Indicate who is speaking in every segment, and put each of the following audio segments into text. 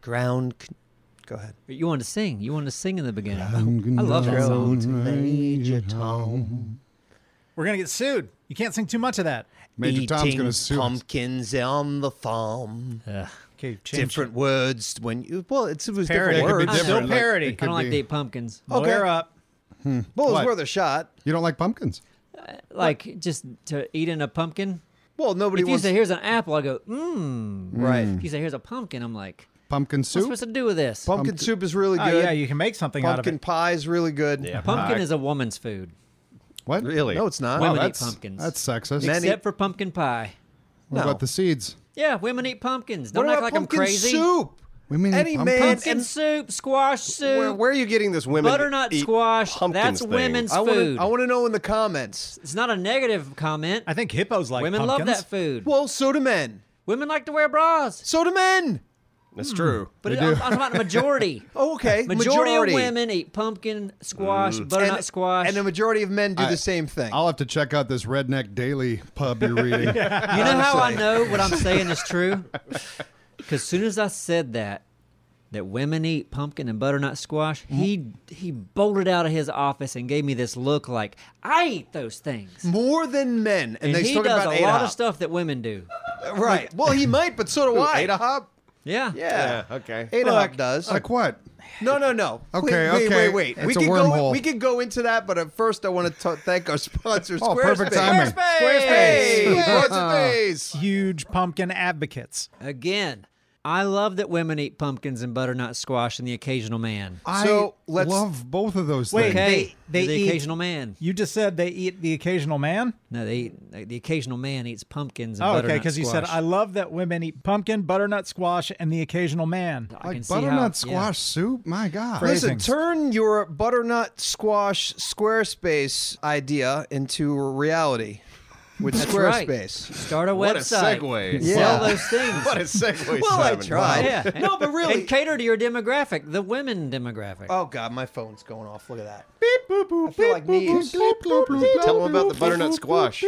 Speaker 1: ground. Con- Go ahead.
Speaker 2: You wanted to sing. You wanted to sing in the beginning.
Speaker 3: I'm
Speaker 2: I love that song.
Speaker 1: Ground major Tom.
Speaker 4: We're gonna get sued. You can't sing too much of that.
Speaker 3: Major Tom's
Speaker 1: Eating
Speaker 3: gonna sue. us.
Speaker 1: pumpkins on the farm.
Speaker 2: Ugh.
Speaker 4: Okay, change.
Speaker 1: different words when you well, it's, it was
Speaker 4: Parody.
Speaker 1: different
Speaker 3: It could
Speaker 1: words.
Speaker 3: be
Speaker 4: I'm
Speaker 3: different.
Speaker 4: still
Speaker 3: like,
Speaker 4: parody.
Speaker 3: it
Speaker 2: I
Speaker 3: could
Speaker 2: don't like
Speaker 3: be-
Speaker 2: date pumpkins. uh,
Speaker 1: Okay.
Speaker 4: Lawyer up.
Speaker 1: Well, it was
Speaker 3: What?
Speaker 1: worth a shot.
Speaker 3: You don't like pumpkins?
Speaker 2: Like just to eat in a pumpkin.
Speaker 1: Well, nobody
Speaker 2: If you
Speaker 1: wants
Speaker 2: say here's an apple, I go
Speaker 1: Hmm.
Speaker 2: mmm.
Speaker 1: right.
Speaker 3: Hmm.
Speaker 2: If you say here's a pumpkin, I'm like,
Speaker 3: Pumpkin
Speaker 2: what's
Speaker 3: soup?
Speaker 2: supposed to do with this?
Speaker 1: Pumpkin soup is really
Speaker 4: Oh,
Speaker 1: good.
Speaker 4: yeah, you can make something
Speaker 1: Pumpkin
Speaker 4: out
Speaker 1: pie is really good.
Speaker 5: Yeah.
Speaker 2: pumpkin
Speaker 5: pie.
Speaker 2: is a woman's food.
Speaker 3: what?
Speaker 5: really.
Speaker 1: No, it's not.
Speaker 2: Women eat
Speaker 3: That's,
Speaker 2: pumpkins.
Speaker 3: that's sexist.
Speaker 1: Men- Any-
Speaker 2: Except for pumpkin pie.
Speaker 3: what
Speaker 1: no.
Speaker 3: about the seeds?
Speaker 2: Yeah, women eat pumpkins.
Speaker 1: What
Speaker 2: Don't
Speaker 1: about
Speaker 2: act like I'm
Speaker 1: pumpkin
Speaker 2: crazy.
Speaker 1: soup?
Speaker 3: Women eat
Speaker 1: Any
Speaker 3: pumpkins?
Speaker 1: man
Speaker 2: Pumpkin
Speaker 1: and-
Speaker 2: soup, squash soup,
Speaker 5: Where, where are you getting this women
Speaker 2: butternut
Speaker 5: eat
Speaker 2: squash.
Speaker 5: pumpkins
Speaker 2: That's
Speaker 5: thing?
Speaker 2: women's
Speaker 1: I want
Speaker 2: food.
Speaker 1: to. I want to know in the comments.
Speaker 2: it's not a negative comment.
Speaker 4: of it. I think hippos like
Speaker 2: Women
Speaker 4: pumpkins.
Speaker 2: love that food.
Speaker 1: Well, so do men.
Speaker 2: Women like to wear bras,
Speaker 1: So do men.
Speaker 5: That's true.
Speaker 2: but it, I'm, I'm talking about the majority.
Speaker 1: Oh, okay.
Speaker 2: majority, of women eat pumpkin squash, butternut
Speaker 1: and,
Speaker 2: squash.
Speaker 1: and the majority of men do
Speaker 3: I-
Speaker 1: the same thing.
Speaker 3: I'll have to check out this Redneck Daily pub you're reading.
Speaker 2: you know how I
Speaker 1: honestly.
Speaker 2: know what I'm saying is true? Because soon as I said that, that women eat pumpkin and butternut squash,
Speaker 4: Mm.
Speaker 2: he he bolted out of his office and gave me this look like I eat those
Speaker 4: Mm.
Speaker 2: things.
Speaker 1: More than men, and,
Speaker 2: And
Speaker 1: they
Speaker 2: he
Speaker 1: talk
Speaker 2: does
Speaker 1: about
Speaker 2: a
Speaker 1: Ada
Speaker 2: lot
Speaker 1: Hop.
Speaker 2: of stuff that women do.
Speaker 1: Right. Well, he might, but so do I.
Speaker 5: Ada Hop?
Speaker 2: Yeah.
Speaker 1: Yeah.
Speaker 5: Yeah, okay.
Speaker 1: Ada
Speaker 3: Look,
Speaker 1: Hop does.
Speaker 3: like what?
Speaker 1: No, no, no.
Speaker 3: Okay,
Speaker 1: wait,
Speaker 3: okay.
Speaker 1: Wait, wait, wait.
Speaker 3: It's
Speaker 1: We
Speaker 3: a
Speaker 1: could go.
Speaker 3: wormhole.
Speaker 1: We could go into that, but at first, I want to thank our sponsor,
Speaker 3: Oh,
Speaker 1: Squarespace.
Speaker 3: perfect timing.
Speaker 2: Squarespace!
Speaker 1: Hey,
Speaker 3: Squarespace.
Speaker 1: Squarespace.
Speaker 4: Huge pumpkin advocates.
Speaker 2: Again, I love that women eat pumpkins and butternut squash and the occasional man.
Speaker 1: So,
Speaker 3: I
Speaker 1: let's-
Speaker 3: love both of those
Speaker 4: Wait,
Speaker 3: things.
Speaker 2: Okay.
Speaker 4: they- they
Speaker 2: the
Speaker 4: eat-
Speaker 2: occasional man.
Speaker 4: You just said they eat the occasional man.
Speaker 2: No, they eat, like, the occasional man eats pumpkins and
Speaker 4: Oh,
Speaker 2: butternut
Speaker 4: okay, because you said
Speaker 2: squash.
Speaker 4: I love that women eat pumpkin, butternut squash, and the occasional man.
Speaker 2: I can
Speaker 3: Like
Speaker 2: see how-
Speaker 3: butternut
Speaker 2: yeah.
Speaker 3: squash soup? My God.
Speaker 4: Phrase-
Speaker 1: Listen,
Speaker 4: Phrasings.
Speaker 1: turn your butternut squash Squarespace idea into reality with
Speaker 2: That's right.
Speaker 1: Squarespace.
Speaker 2: Start a
Speaker 5: What a
Speaker 2: website.
Speaker 5: segue.
Speaker 1: Yeah.
Speaker 2: Sell those things.
Speaker 5: What a segue.
Speaker 1: Well, I
Speaker 5: Simon.
Speaker 1: tried.
Speaker 5: Wow.
Speaker 2: Yeah.
Speaker 1: No, but really-
Speaker 2: And cater to your demographic, the women demographic.
Speaker 1: Oh God, my phone's going off. Look at that. Beep boop boop. I feel like Neves.
Speaker 5: Tell them about the butternut squash.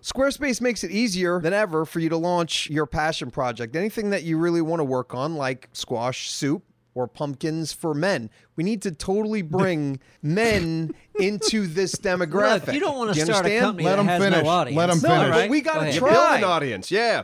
Speaker 1: Squarespace makes it easier than ever for you to launch your passion project. Anything that you really want to work on, like squash soup or pumpkins for men. We need to totally bring men into this demographic.
Speaker 2: Look, you don't want to
Speaker 1: You
Speaker 2: start a
Speaker 1: understand?
Speaker 2: company
Speaker 3: Let
Speaker 2: that
Speaker 3: 'em
Speaker 2: has
Speaker 3: finish.
Speaker 2: no audience.
Speaker 3: Let 'em
Speaker 2: No,
Speaker 3: finish.
Speaker 2: right?
Speaker 1: But we gotta
Speaker 2: Go ahead.
Speaker 1: try.
Speaker 5: Build
Speaker 1: Right.
Speaker 5: an audience. Yeah.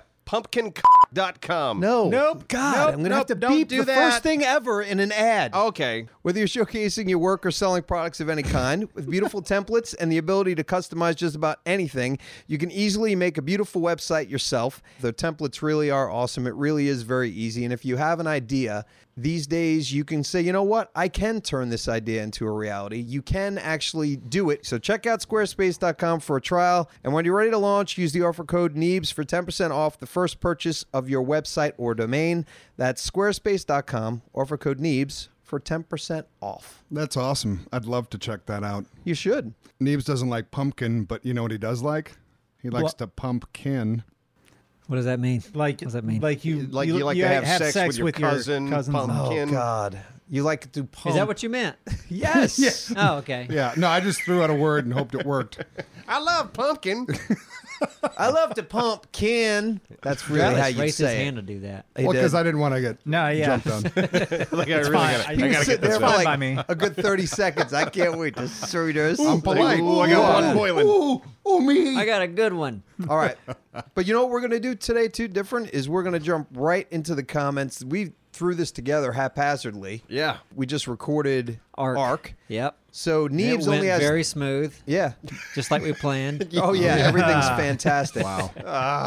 Speaker 5: Pumpkin.com.
Speaker 1: No.
Speaker 4: Nope.
Speaker 1: God,
Speaker 4: Nope.
Speaker 1: I'm gonna
Speaker 4: Nope.
Speaker 1: have to
Speaker 4: Don't
Speaker 1: beep
Speaker 4: do
Speaker 1: the
Speaker 4: that.
Speaker 1: first thing ever in an ad.
Speaker 5: Okay.
Speaker 1: Whether you're showcasing your work or selling products of any kind, with beautiful templates and the ability to customize just about anything, you can easily make a beautiful website yourself. The templates really are awesome. It really is very easy. And if you have an idea, these days you can say, you know what, I can turn this idea into a reality. You can actually do it. So check out squarespace.com for a trial. And when you're ready to launch, use the offer code NEEBS for 10% off the first purchase of your website or domain. That's squarespace.com, offer code E NEEBS for 10% off.
Speaker 3: That's awesome. I'd love to check that out.
Speaker 1: You should.
Speaker 3: Neves doesn't like pumpkin, but you know what he does like? He likes
Speaker 4: What?
Speaker 3: to pumpkin.
Speaker 2: What does that mean?
Speaker 4: Like,
Speaker 2: what does that mean?
Speaker 4: Like you,
Speaker 5: Like you, like to have, sex, with your Oh, cousin,
Speaker 4: cousins. Oh.
Speaker 5: pumpkin.
Speaker 1: God. You like to do pump.
Speaker 2: Is that what you meant?
Speaker 1: Yes.
Speaker 2: Oh, okay.
Speaker 3: Yeah, no, I just threw out a word and hoped it worked.
Speaker 5: I love pumpkin.
Speaker 1: I love to pump Ken. That's really
Speaker 2: That
Speaker 1: how
Speaker 2: was
Speaker 1: you
Speaker 2: racist
Speaker 1: say
Speaker 2: hand
Speaker 1: it.
Speaker 2: to do that.
Speaker 1: He
Speaker 3: well, because
Speaker 1: did.
Speaker 3: I didn't want to get
Speaker 4: No, yeah.
Speaker 3: jumped on.
Speaker 5: like, I really
Speaker 4: fine.
Speaker 5: gotta, I
Speaker 4: You
Speaker 1: You
Speaker 5: gotta
Speaker 1: sit
Speaker 5: get
Speaker 1: there
Speaker 5: this
Speaker 1: for
Speaker 5: out.
Speaker 4: Fine
Speaker 1: like
Speaker 4: by me.
Speaker 1: a good 30 seconds. I can't wait to serve yours.
Speaker 3: I'm polite.
Speaker 5: Ooh, I got one boiling.
Speaker 3: Ooh, ooh, me.
Speaker 2: I got a good one.
Speaker 1: All right. But you know what we're going to do today, too, different, is we're going to jump right into the comments. We threw this together haphazardly.
Speaker 5: Yeah.
Speaker 1: We just recorded
Speaker 2: Arc. Yep.
Speaker 1: So
Speaker 2: It
Speaker 1: Neves
Speaker 2: went
Speaker 1: only has.
Speaker 2: very smooth,
Speaker 1: yeah.
Speaker 2: just like we planned.
Speaker 1: Oh, yeah. Everything's fantastic. Ah.
Speaker 3: Wow.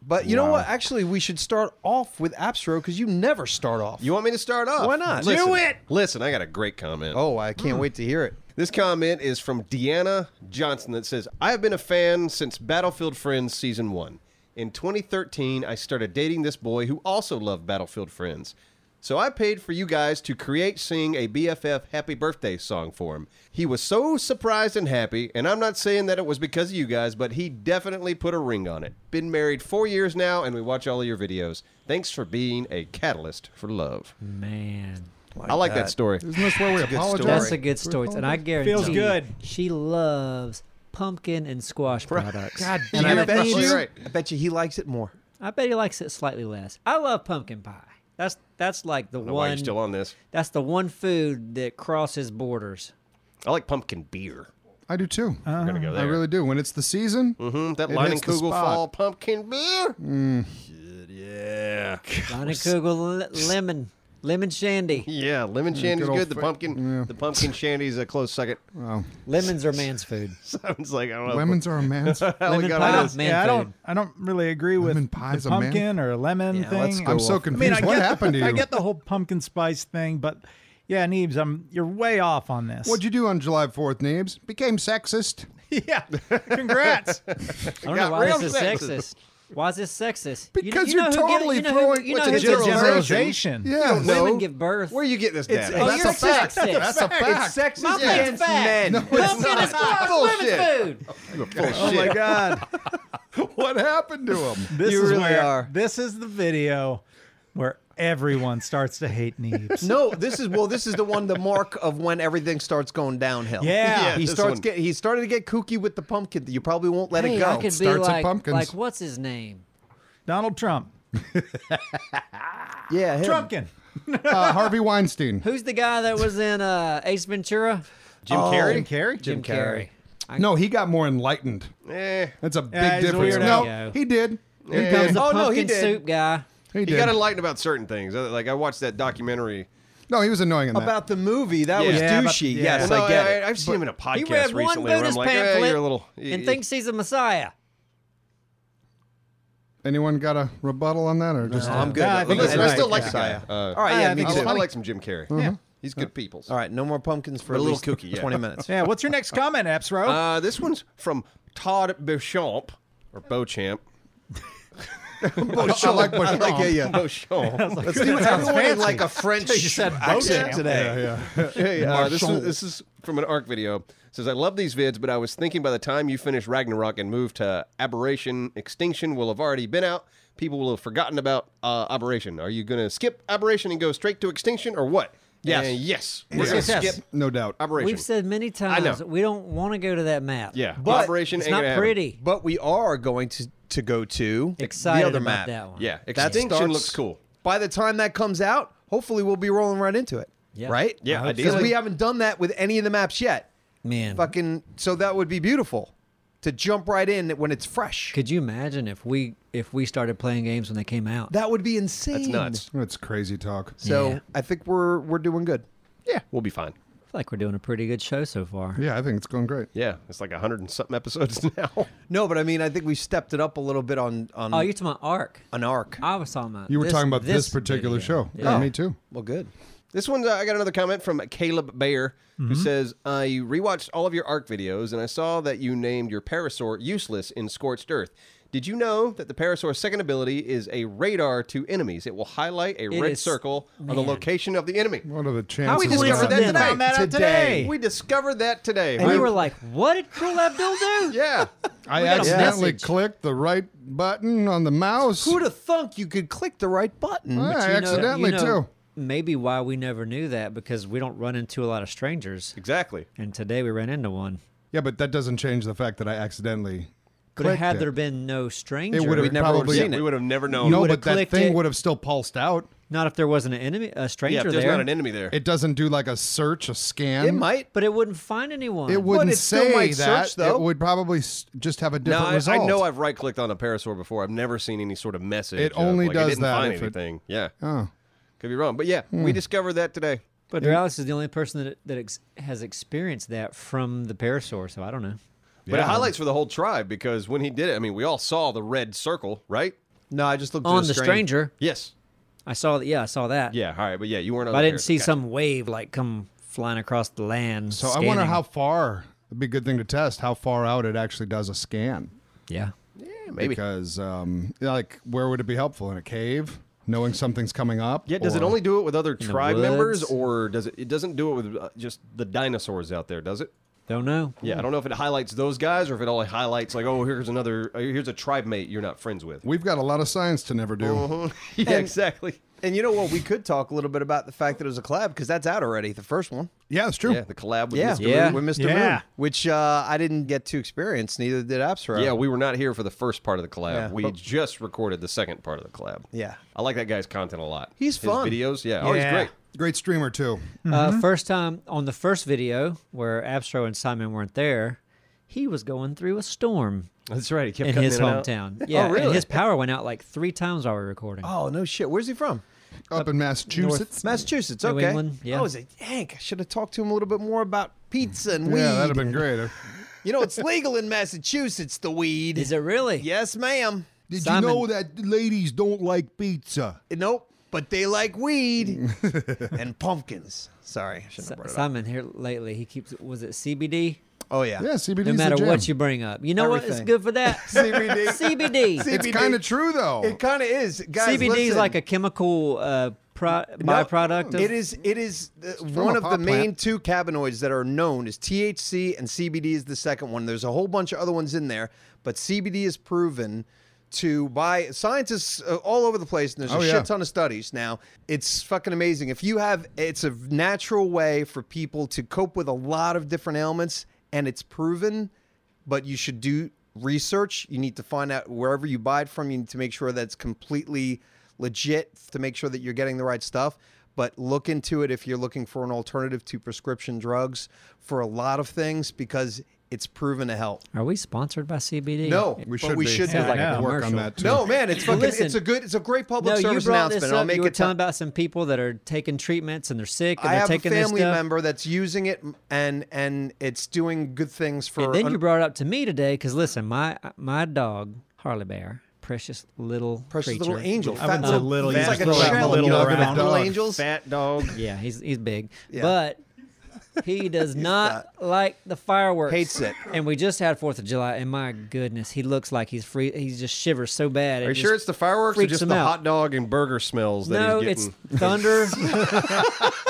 Speaker 1: But you know what? Actually, we should start off with Absro because you never start off.
Speaker 5: You want me to start off?
Speaker 1: Why not?
Speaker 5: Listen,
Speaker 1: Do
Speaker 5: it. Listen, I got a great comment.
Speaker 1: oh, I
Speaker 5: Mm.
Speaker 1: can't wait to hear it.
Speaker 5: This comment is from Deanna Johnson that says, I have been a fan since Battlefield Friends Season 1. In 2013, I started dating this boy who also loved Battlefield Friends. So I paid for you guys to create sing a BFF happy birthday song for him. He was so surprised and happy, and I'm not saying that it was because of you guys, but he definitely put a ring on it. Been married four years now, and we watch all of your videos. Thanks for being a catalyst for love.
Speaker 2: Man.
Speaker 5: I like that story.
Speaker 3: Isn't this where we apologize?
Speaker 2: That's a good story. And I guarantee
Speaker 4: Feels good.
Speaker 2: she loves pumpkin and squash products.
Speaker 1: God
Speaker 2: And I
Speaker 1: damn it.
Speaker 2: bet
Speaker 5: you-
Speaker 1: I bet you he likes it more.
Speaker 2: I bet he likes it slightly less. I love pumpkin pie. That's that's like the
Speaker 5: I don't know why you're
Speaker 2: one.
Speaker 5: still on this.
Speaker 2: That's the one food that crosses borders.
Speaker 5: I like pumpkin beer.
Speaker 3: I do too.
Speaker 2: Uh-huh.
Speaker 5: We're gonna go there.
Speaker 3: I really do. When it's the season,
Speaker 5: Mm, that
Speaker 3: It
Speaker 5: Lion
Speaker 3: hits the
Speaker 5: Kugel
Speaker 3: spot.
Speaker 5: Fall pumpkin beer. Shit, yeah.
Speaker 2: Johnny Kugel le- lemon lemon shandy.
Speaker 5: Yeah, lemon shandy's
Speaker 3: good old
Speaker 5: good. The
Speaker 3: fa-
Speaker 5: pumpkin, the pumpkin shandy's a close second.
Speaker 3: wow.
Speaker 2: Lemons are man's food.
Speaker 5: Sounds like I don't know.
Speaker 3: Lemons are a man's.
Speaker 5: how we
Speaker 2: lemon
Speaker 5: got
Speaker 2: pie.
Speaker 5: on
Speaker 4: I
Speaker 5: this.
Speaker 4: don't,
Speaker 2: Man
Speaker 4: yeah, I
Speaker 2: food.
Speaker 4: don't. I don't really agree with
Speaker 3: Lemon
Speaker 4: the
Speaker 3: pie's a man-
Speaker 4: pumpkin or lemon
Speaker 2: Yeah,
Speaker 4: thing.
Speaker 2: let's go
Speaker 3: I'm so
Speaker 2: off.
Speaker 3: confused. what
Speaker 4: get-
Speaker 3: happened to you?
Speaker 4: I get the whole pumpkin spice thing, but yeah, Neebs, I'm you're way off on this.
Speaker 3: What'd you do on July 4th, Neebs? Became sexist.
Speaker 4: yeah, congrats.
Speaker 2: I don't
Speaker 5: got
Speaker 2: know why
Speaker 5: real
Speaker 2: this is
Speaker 5: sexist.
Speaker 2: sexist. Why is this sexist?
Speaker 3: Because
Speaker 2: know
Speaker 3: you're
Speaker 2: who give-
Speaker 3: totally
Speaker 2: you know
Speaker 3: throwing-
Speaker 2: Who, you know
Speaker 3: it's
Speaker 2: who
Speaker 3: a
Speaker 2: gives birth?
Speaker 4: Generalization.
Speaker 3: Yeah.
Speaker 2: Women
Speaker 5: No.
Speaker 2: give birth.
Speaker 5: Where you get this
Speaker 4: It's-
Speaker 5: data?
Speaker 2: Oh,
Speaker 5: That's
Speaker 2: you're
Speaker 5: a fact.
Speaker 2: sexist.
Speaker 5: That's a fact.
Speaker 4: sexist
Speaker 2: Pumpkin's
Speaker 5: against
Speaker 2: fat.
Speaker 5: men. No, it's
Speaker 2: Pumpkin is
Speaker 5: not.
Speaker 2: gross. Women's
Speaker 5: Bullshit.
Speaker 2: food.
Speaker 4: Oh my
Speaker 5: Shit.
Speaker 4: god,
Speaker 3: What happened to him?
Speaker 4: this
Speaker 1: You
Speaker 4: is
Speaker 1: really
Speaker 4: where
Speaker 1: are.
Speaker 4: this is the video where everyone starts to hate Neebs.
Speaker 1: No, this is well. This is the one, the mark of when everything starts going downhill.
Speaker 4: Yeah. Yeah,
Speaker 1: he
Speaker 5: this
Speaker 1: starts
Speaker 5: one.
Speaker 1: get. He started to get kooky with the pumpkin. You probably won't let it
Speaker 2: Hey,
Speaker 1: go.
Speaker 2: I could be
Speaker 3: Starts at
Speaker 2: like,
Speaker 3: pumpkins.
Speaker 2: like what's his name?
Speaker 4: Donald Trump,
Speaker 1: yeah, him.
Speaker 4: Trumpkin.
Speaker 3: Uh, Harvey Weinstein.
Speaker 2: Who's the guy that was in uh, Ace Ventura?
Speaker 5: Jim Carrey.
Speaker 4: Carrey.
Speaker 2: Jim Carrey.
Speaker 3: No, he got more enlightened.
Speaker 5: Eh.
Speaker 3: That's a big
Speaker 4: Yeah, he's a
Speaker 3: difference.
Speaker 4: weirdo.
Speaker 3: No,
Speaker 2: Yeah.
Speaker 3: he did. He
Speaker 2: He's
Speaker 3: did.
Speaker 2: the
Speaker 1: Oh, no, he
Speaker 2: pumpkin
Speaker 1: did.
Speaker 2: soup guy.
Speaker 3: He
Speaker 5: He
Speaker 3: did.
Speaker 5: got enlightened about certain things. Uh, Like I watched that documentary.
Speaker 3: no, he was annoying in that.
Speaker 1: About the movie that was
Speaker 4: Yeah, but-
Speaker 1: douchey.
Speaker 4: yeah.
Speaker 1: Yes, I
Speaker 5: Well, no,
Speaker 1: get
Speaker 5: I,
Speaker 1: it.
Speaker 5: have seen him in a podcast
Speaker 2: He read
Speaker 5: recently
Speaker 2: one
Speaker 5: where I'm
Speaker 2: Buddhist
Speaker 5: like, eh,
Speaker 2: pamphlet
Speaker 5: you're a little.
Speaker 2: and thinks he's a messiah.
Speaker 3: Anyone got a rebuttal on that, or just
Speaker 1: No, I'm good.
Speaker 4: Yeah, I
Speaker 5: But
Speaker 4: think
Speaker 5: listen,
Speaker 4: that's
Speaker 5: I still
Speaker 4: right,
Speaker 5: like the guy.
Speaker 1: yeah.
Speaker 5: Uh,
Speaker 1: All right,
Speaker 4: Yeah,
Speaker 1: yeah,
Speaker 4: I
Speaker 1: me
Speaker 5: I,
Speaker 4: think
Speaker 1: too.
Speaker 4: so.
Speaker 5: I like some Jim Carrey. Yeah, he's good people.
Speaker 1: All right, no more pumpkins for
Speaker 5: Or a
Speaker 1: at
Speaker 5: little
Speaker 1: least
Speaker 5: cookie, yeah.
Speaker 1: Twenty minutes.
Speaker 4: Yeah, what's your next comment, Epsro?
Speaker 5: Uh, this one's from Todd Beauchamp or Beauchamp.
Speaker 2: Oh,
Speaker 3: I like what
Speaker 1: I get you.
Speaker 5: Beauchamp.
Speaker 1: Let's do everyone in like a French
Speaker 4: said
Speaker 1: accent
Speaker 4: Beauchamp.
Speaker 1: today.
Speaker 5: Hey, uh, this, is, this is from an ARC video. It says, I love these vids, but I was thinking by the time you finish Ragnarok and move to Aberration, Extinction will have already been out. People will have forgotten about uh, Aberration. Are you going to skip Aberration and go straight to Extinction or what?
Speaker 1: Yes.
Speaker 5: And yes. We're
Speaker 4: Yes,
Speaker 5: gonna
Speaker 4: yes, yes.
Speaker 5: skip
Speaker 3: No doubt.
Speaker 5: Aberration.
Speaker 2: We've said many
Speaker 5: know.
Speaker 2: times we don't want to go to that map.
Speaker 5: yeah.
Speaker 1: But
Speaker 5: Aberration
Speaker 2: it's
Speaker 5: ain't
Speaker 2: not
Speaker 5: gonna happen.
Speaker 2: pretty.
Speaker 1: But we are going to to go to
Speaker 2: Excited
Speaker 1: the other
Speaker 2: about
Speaker 1: map.
Speaker 2: that one.
Speaker 5: Yeah.
Speaker 1: That
Speaker 5: Extinction
Speaker 1: starts-
Speaker 5: looks cool.
Speaker 1: By the time that comes out, hopefully we'll be rolling right into it.
Speaker 2: Yeah.
Speaker 1: Right?
Speaker 5: Yeah, I hope
Speaker 1: Because
Speaker 5: so.
Speaker 1: we haven't done that with any of the maps yet.
Speaker 2: Man,
Speaker 1: Fucking so that would be beautiful to jump right in when it's fresh.
Speaker 2: could you imagine if we if we started playing games when they came out?
Speaker 1: That would be insane.
Speaker 5: That's nuts.
Speaker 3: That's crazy talk.
Speaker 1: So
Speaker 2: Yeah.
Speaker 1: I think we're we're doing good.
Speaker 5: Yeah. We'll be fine.
Speaker 2: I feel like we're doing a pretty good show so far.
Speaker 3: Yeah, I think it's going great.
Speaker 5: Yeah. It's like a 100 and something episodes now.
Speaker 1: No, but I mean I think we stepped it up a little bit on on
Speaker 2: Oh, you're talking about Arc.
Speaker 1: an arc.
Speaker 2: I was talking about
Speaker 3: You were
Speaker 2: this-
Speaker 3: talking about this, particular
Speaker 2: video.
Speaker 3: show.
Speaker 2: Yeah.
Speaker 3: Yeah, Oh. me too.
Speaker 1: Well, good.
Speaker 5: This one's, uh, I got another comment from Caleb Bayer,
Speaker 3: Mm-hmm.
Speaker 5: who says, I rewatched all of your ARC videos and I saw that you named your Parasaur useless in Scorched Earth. Did you know that the Parasaur's second ability is a radar to enemies? It will highlight a red
Speaker 2: is-
Speaker 5: circle on the
Speaker 2: man.
Speaker 5: location of the enemy.
Speaker 3: What are the chances?
Speaker 5: How we
Speaker 3: of
Speaker 5: discovered that
Speaker 2: coincidental.
Speaker 5: today.
Speaker 4: Found that out today.
Speaker 5: We discovered that today.
Speaker 2: And we
Speaker 5: We-
Speaker 2: were like, what did Cool Abdul do?
Speaker 5: yeah.
Speaker 3: I
Speaker 2: got a
Speaker 3: accidentally
Speaker 2: message.
Speaker 3: clicked the right button on the mouse.
Speaker 1: Who'd have thunk you could click the right button?
Speaker 3: Yeah, I
Speaker 2: You know-
Speaker 3: accidentally
Speaker 2: you know
Speaker 3: too.
Speaker 2: Maybe why we never knew that because we don't run into a lot of strangers.
Speaker 5: exactly.
Speaker 2: And today we ran into one.
Speaker 3: Yeah, but that doesn't change the fact that I accidentally.
Speaker 2: But
Speaker 3: clicked
Speaker 2: had
Speaker 3: it.
Speaker 2: there been no stranger,
Speaker 3: would've
Speaker 2: we'd
Speaker 1: never
Speaker 3: probably
Speaker 1: seen
Speaker 5: Yeah,
Speaker 1: it.
Speaker 5: we would have never known.
Speaker 3: no,
Speaker 2: would've
Speaker 3: but that
Speaker 2: clicked
Speaker 3: thing
Speaker 2: it.
Speaker 3: would have still pulsed out.
Speaker 2: not if there wasn't an enemy, a
Speaker 5: yeah, if
Speaker 2: stranger
Speaker 5: there's
Speaker 2: there.
Speaker 5: not an enemy there.
Speaker 3: It doesn't do like a search, a scan.
Speaker 1: It might.
Speaker 2: but it wouldn't find anyone.
Speaker 3: It wouldn't
Speaker 1: it still
Speaker 3: say
Speaker 1: might
Speaker 3: that.
Speaker 1: search, though.
Speaker 3: It would probably s- just have a
Speaker 5: No,
Speaker 3: different
Speaker 5: I, I
Speaker 3: result.
Speaker 5: know I've right clicked on a parasaur before. I've never seen any sort of message.
Speaker 3: It
Speaker 5: of,
Speaker 3: only
Speaker 5: like,
Speaker 3: does
Speaker 5: didn't
Speaker 3: that
Speaker 5: Find
Speaker 3: if it-
Speaker 5: anything. Yeah,
Speaker 3: Oh.
Speaker 5: could be wrong, but yeah, we discovered that today.
Speaker 2: But Dallas is the only person that that ex- has experienced that from the parasaur, so I don't know.
Speaker 5: But it highlights for the whole tribe because when he did it, I mean, we all saw the red circle, right?
Speaker 1: No, I just looked at
Speaker 2: On the stranger,
Speaker 5: Yes.
Speaker 2: I saw that. Yeah, I saw that.
Speaker 5: Yeah. All right, but yeah, you weren't. On
Speaker 2: but I
Speaker 5: the
Speaker 2: didn't
Speaker 5: parasaur.
Speaker 2: see
Speaker 5: Gotcha.
Speaker 2: some wave like come flying across the land.
Speaker 3: So I wonder
Speaker 2: scanning.
Speaker 3: how far. It'd be a good thing to test how far out it actually does a scan.
Speaker 2: Yeah.
Speaker 5: Yeah, maybe.
Speaker 3: Because, um, like, where would it be helpful? In a cave? Knowing something's coming up?
Speaker 5: Yeah. Does it
Speaker 3: Or-
Speaker 5: only do it with other tribe
Speaker 2: woods?
Speaker 5: members, or does it? It doesn't do it with uh, just the dinosaurs out there, does it?
Speaker 2: Don't know.
Speaker 5: Yeah, I don't know if it highlights those guys or if it only highlights like, oh, here's another, uh, here's a tribe mate you're not friends with.
Speaker 3: We've got a lot of science to never do.
Speaker 5: yeah, exactly.
Speaker 1: And you know what? We could talk a little bit about the fact that it was a collab because that's out already. The first one,
Speaker 3: Yeah, it's true.
Speaker 5: Yeah, the collab with
Speaker 1: yeah,
Speaker 5: Mr.
Speaker 2: Yeah.
Speaker 5: Moon.
Speaker 1: with Mr. Moon,
Speaker 4: Yeah.
Speaker 1: which uh, I didn't get to experience. Neither did Absra.
Speaker 5: Yeah, we were not here for the first part of the collab.
Speaker 1: Yeah.
Speaker 5: we just recorded the second part of the collab.
Speaker 1: Yeah.
Speaker 5: I like that guy's content a lot.
Speaker 1: He's
Speaker 5: His
Speaker 1: fun.
Speaker 5: videos, yeah. Oh, he's
Speaker 4: Yeah.
Speaker 5: great.
Speaker 3: Great streamer too.
Speaker 1: Mm-hmm.
Speaker 2: Uh, first time on the first video where Abstro and Simon weren't there, he was going through a storm
Speaker 5: That's right. He kept
Speaker 2: in
Speaker 5: cutting
Speaker 2: his
Speaker 5: in and out. Oh,
Speaker 2: hometown. Yeah, and
Speaker 5: really?
Speaker 2: his power went out like three times while we were recording.
Speaker 1: Oh no shit! Where's he from?
Speaker 3: Up in Massachusetts.
Speaker 1: Massachusetts.
Speaker 2: New
Speaker 1: Okay.
Speaker 2: England, yeah.
Speaker 1: I was a Yank. I should have talked to him a little bit more about pizza and weed.
Speaker 3: Yeah, that'd have been great. Uh,
Speaker 1: You know, it's legal in Massachusetts. The weed.
Speaker 2: Is it really?
Speaker 1: Yes, ma'am.
Speaker 3: Did
Speaker 2: Simon- know
Speaker 3: that ladies don't like pizza?
Speaker 1: Nope. But they like weed and pumpkins. Sorry, I shouldn't have brought it up.
Speaker 2: Simon here lately, he keeps was it CBD?
Speaker 1: Oh yeah.
Speaker 3: Yeah, CBD.
Speaker 2: No matter what you bring up, you know what
Speaker 1: Everything.
Speaker 2: is good for that?
Speaker 1: CBD.
Speaker 2: CBD.
Speaker 1: See,
Speaker 3: It's kind of true though.
Speaker 1: It kind of is, guys.
Speaker 2: CBD is
Speaker 1: listen.
Speaker 2: like a chemical uh, pro-
Speaker 1: No,
Speaker 2: byproduct. Of,
Speaker 1: It is. It is uh,
Speaker 3: from
Speaker 1: one
Speaker 3: a
Speaker 1: of the
Speaker 3: pot
Speaker 1: main
Speaker 3: plant.
Speaker 1: two cannabinoids that are known is THC and CBD is the second one. There's a whole bunch of other ones in there, but CBD is proven to by scientists uh, all over the place, and there's
Speaker 3: Oh,
Speaker 1: a
Speaker 3: yeah.
Speaker 1: shit ton of studies now. It's fucking amazing. If you have, it's a natural way for people to cope with a lot of different ailments, and it's proven. But you should do research. You need to find out wherever you buy it from. You need to make sure that's completely legit to make sure that you're getting the right stuff. But look into it if you're looking for an alternative to prescription drugs for a lot of things because it's proven to help.
Speaker 2: Are we sponsored by CBD?
Speaker 1: No,
Speaker 3: we
Speaker 1: but
Speaker 3: should
Speaker 1: we
Speaker 3: be.
Speaker 1: should
Speaker 3: Yeah,
Speaker 1: do
Speaker 3: I
Speaker 1: that.
Speaker 3: know. work on
Speaker 2: Commercial.
Speaker 3: that too.
Speaker 1: No, man, it's fucking,
Speaker 2: Listen.
Speaker 1: it's a good, it's a great public
Speaker 2: No, you
Speaker 1: service
Speaker 2: brought this
Speaker 1: announcement. I'll
Speaker 2: up.
Speaker 1: make
Speaker 2: You were
Speaker 1: it. ti-
Speaker 2: talking about some people that are taking treatments and they're sick and
Speaker 1: I
Speaker 2: they're
Speaker 1: have a
Speaker 2: taking this
Speaker 1: family
Speaker 2: stuff.
Speaker 1: member that's using it, and and it's doing good things for.
Speaker 2: And then
Speaker 1: un-
Speaker 2: you brought it up to me today because listen, my uh, my dog Harley Bear, precious little
Speaker 1: precious
Speaker 2: creature. uh,
Speaker 1: little angel,
Speaker 4: I
Speaker 1: fat
Speaker 4: wouldn't say
Speaker 1: little,
Speaker 4: little,
Speaker 1: it's
Speaker 4: you
Speaker 1: like a
Speaker 4: just throw out
Speaker 1: shell,
Speaker 4: little
Speaker 1: you know, like
Speaker 4: around.
Speaker 1: little angels.
Speaker 5: Fat dog.
Speaker 2: Yeah, he's he's big,
Speaker 1: Yeah.
Speaker 2: but he does not like the fireworks.
Speaker 1: Hates it.
Speaker 2: And we just had Fourth of July, and my goodness, he looks like he's free. He just shivers so bad.
Speaker 5: Are you sure it's the fireworks or
Speaker 2: freaks
Speaker 5: just
Speaker 2: him
Speaker 5: the
Speaker 2: out.
Speaker 5: hot dog and burger smells that
Speaker 2: no? It's
Speaker 5: he's getting?
Speaker 2: thunder.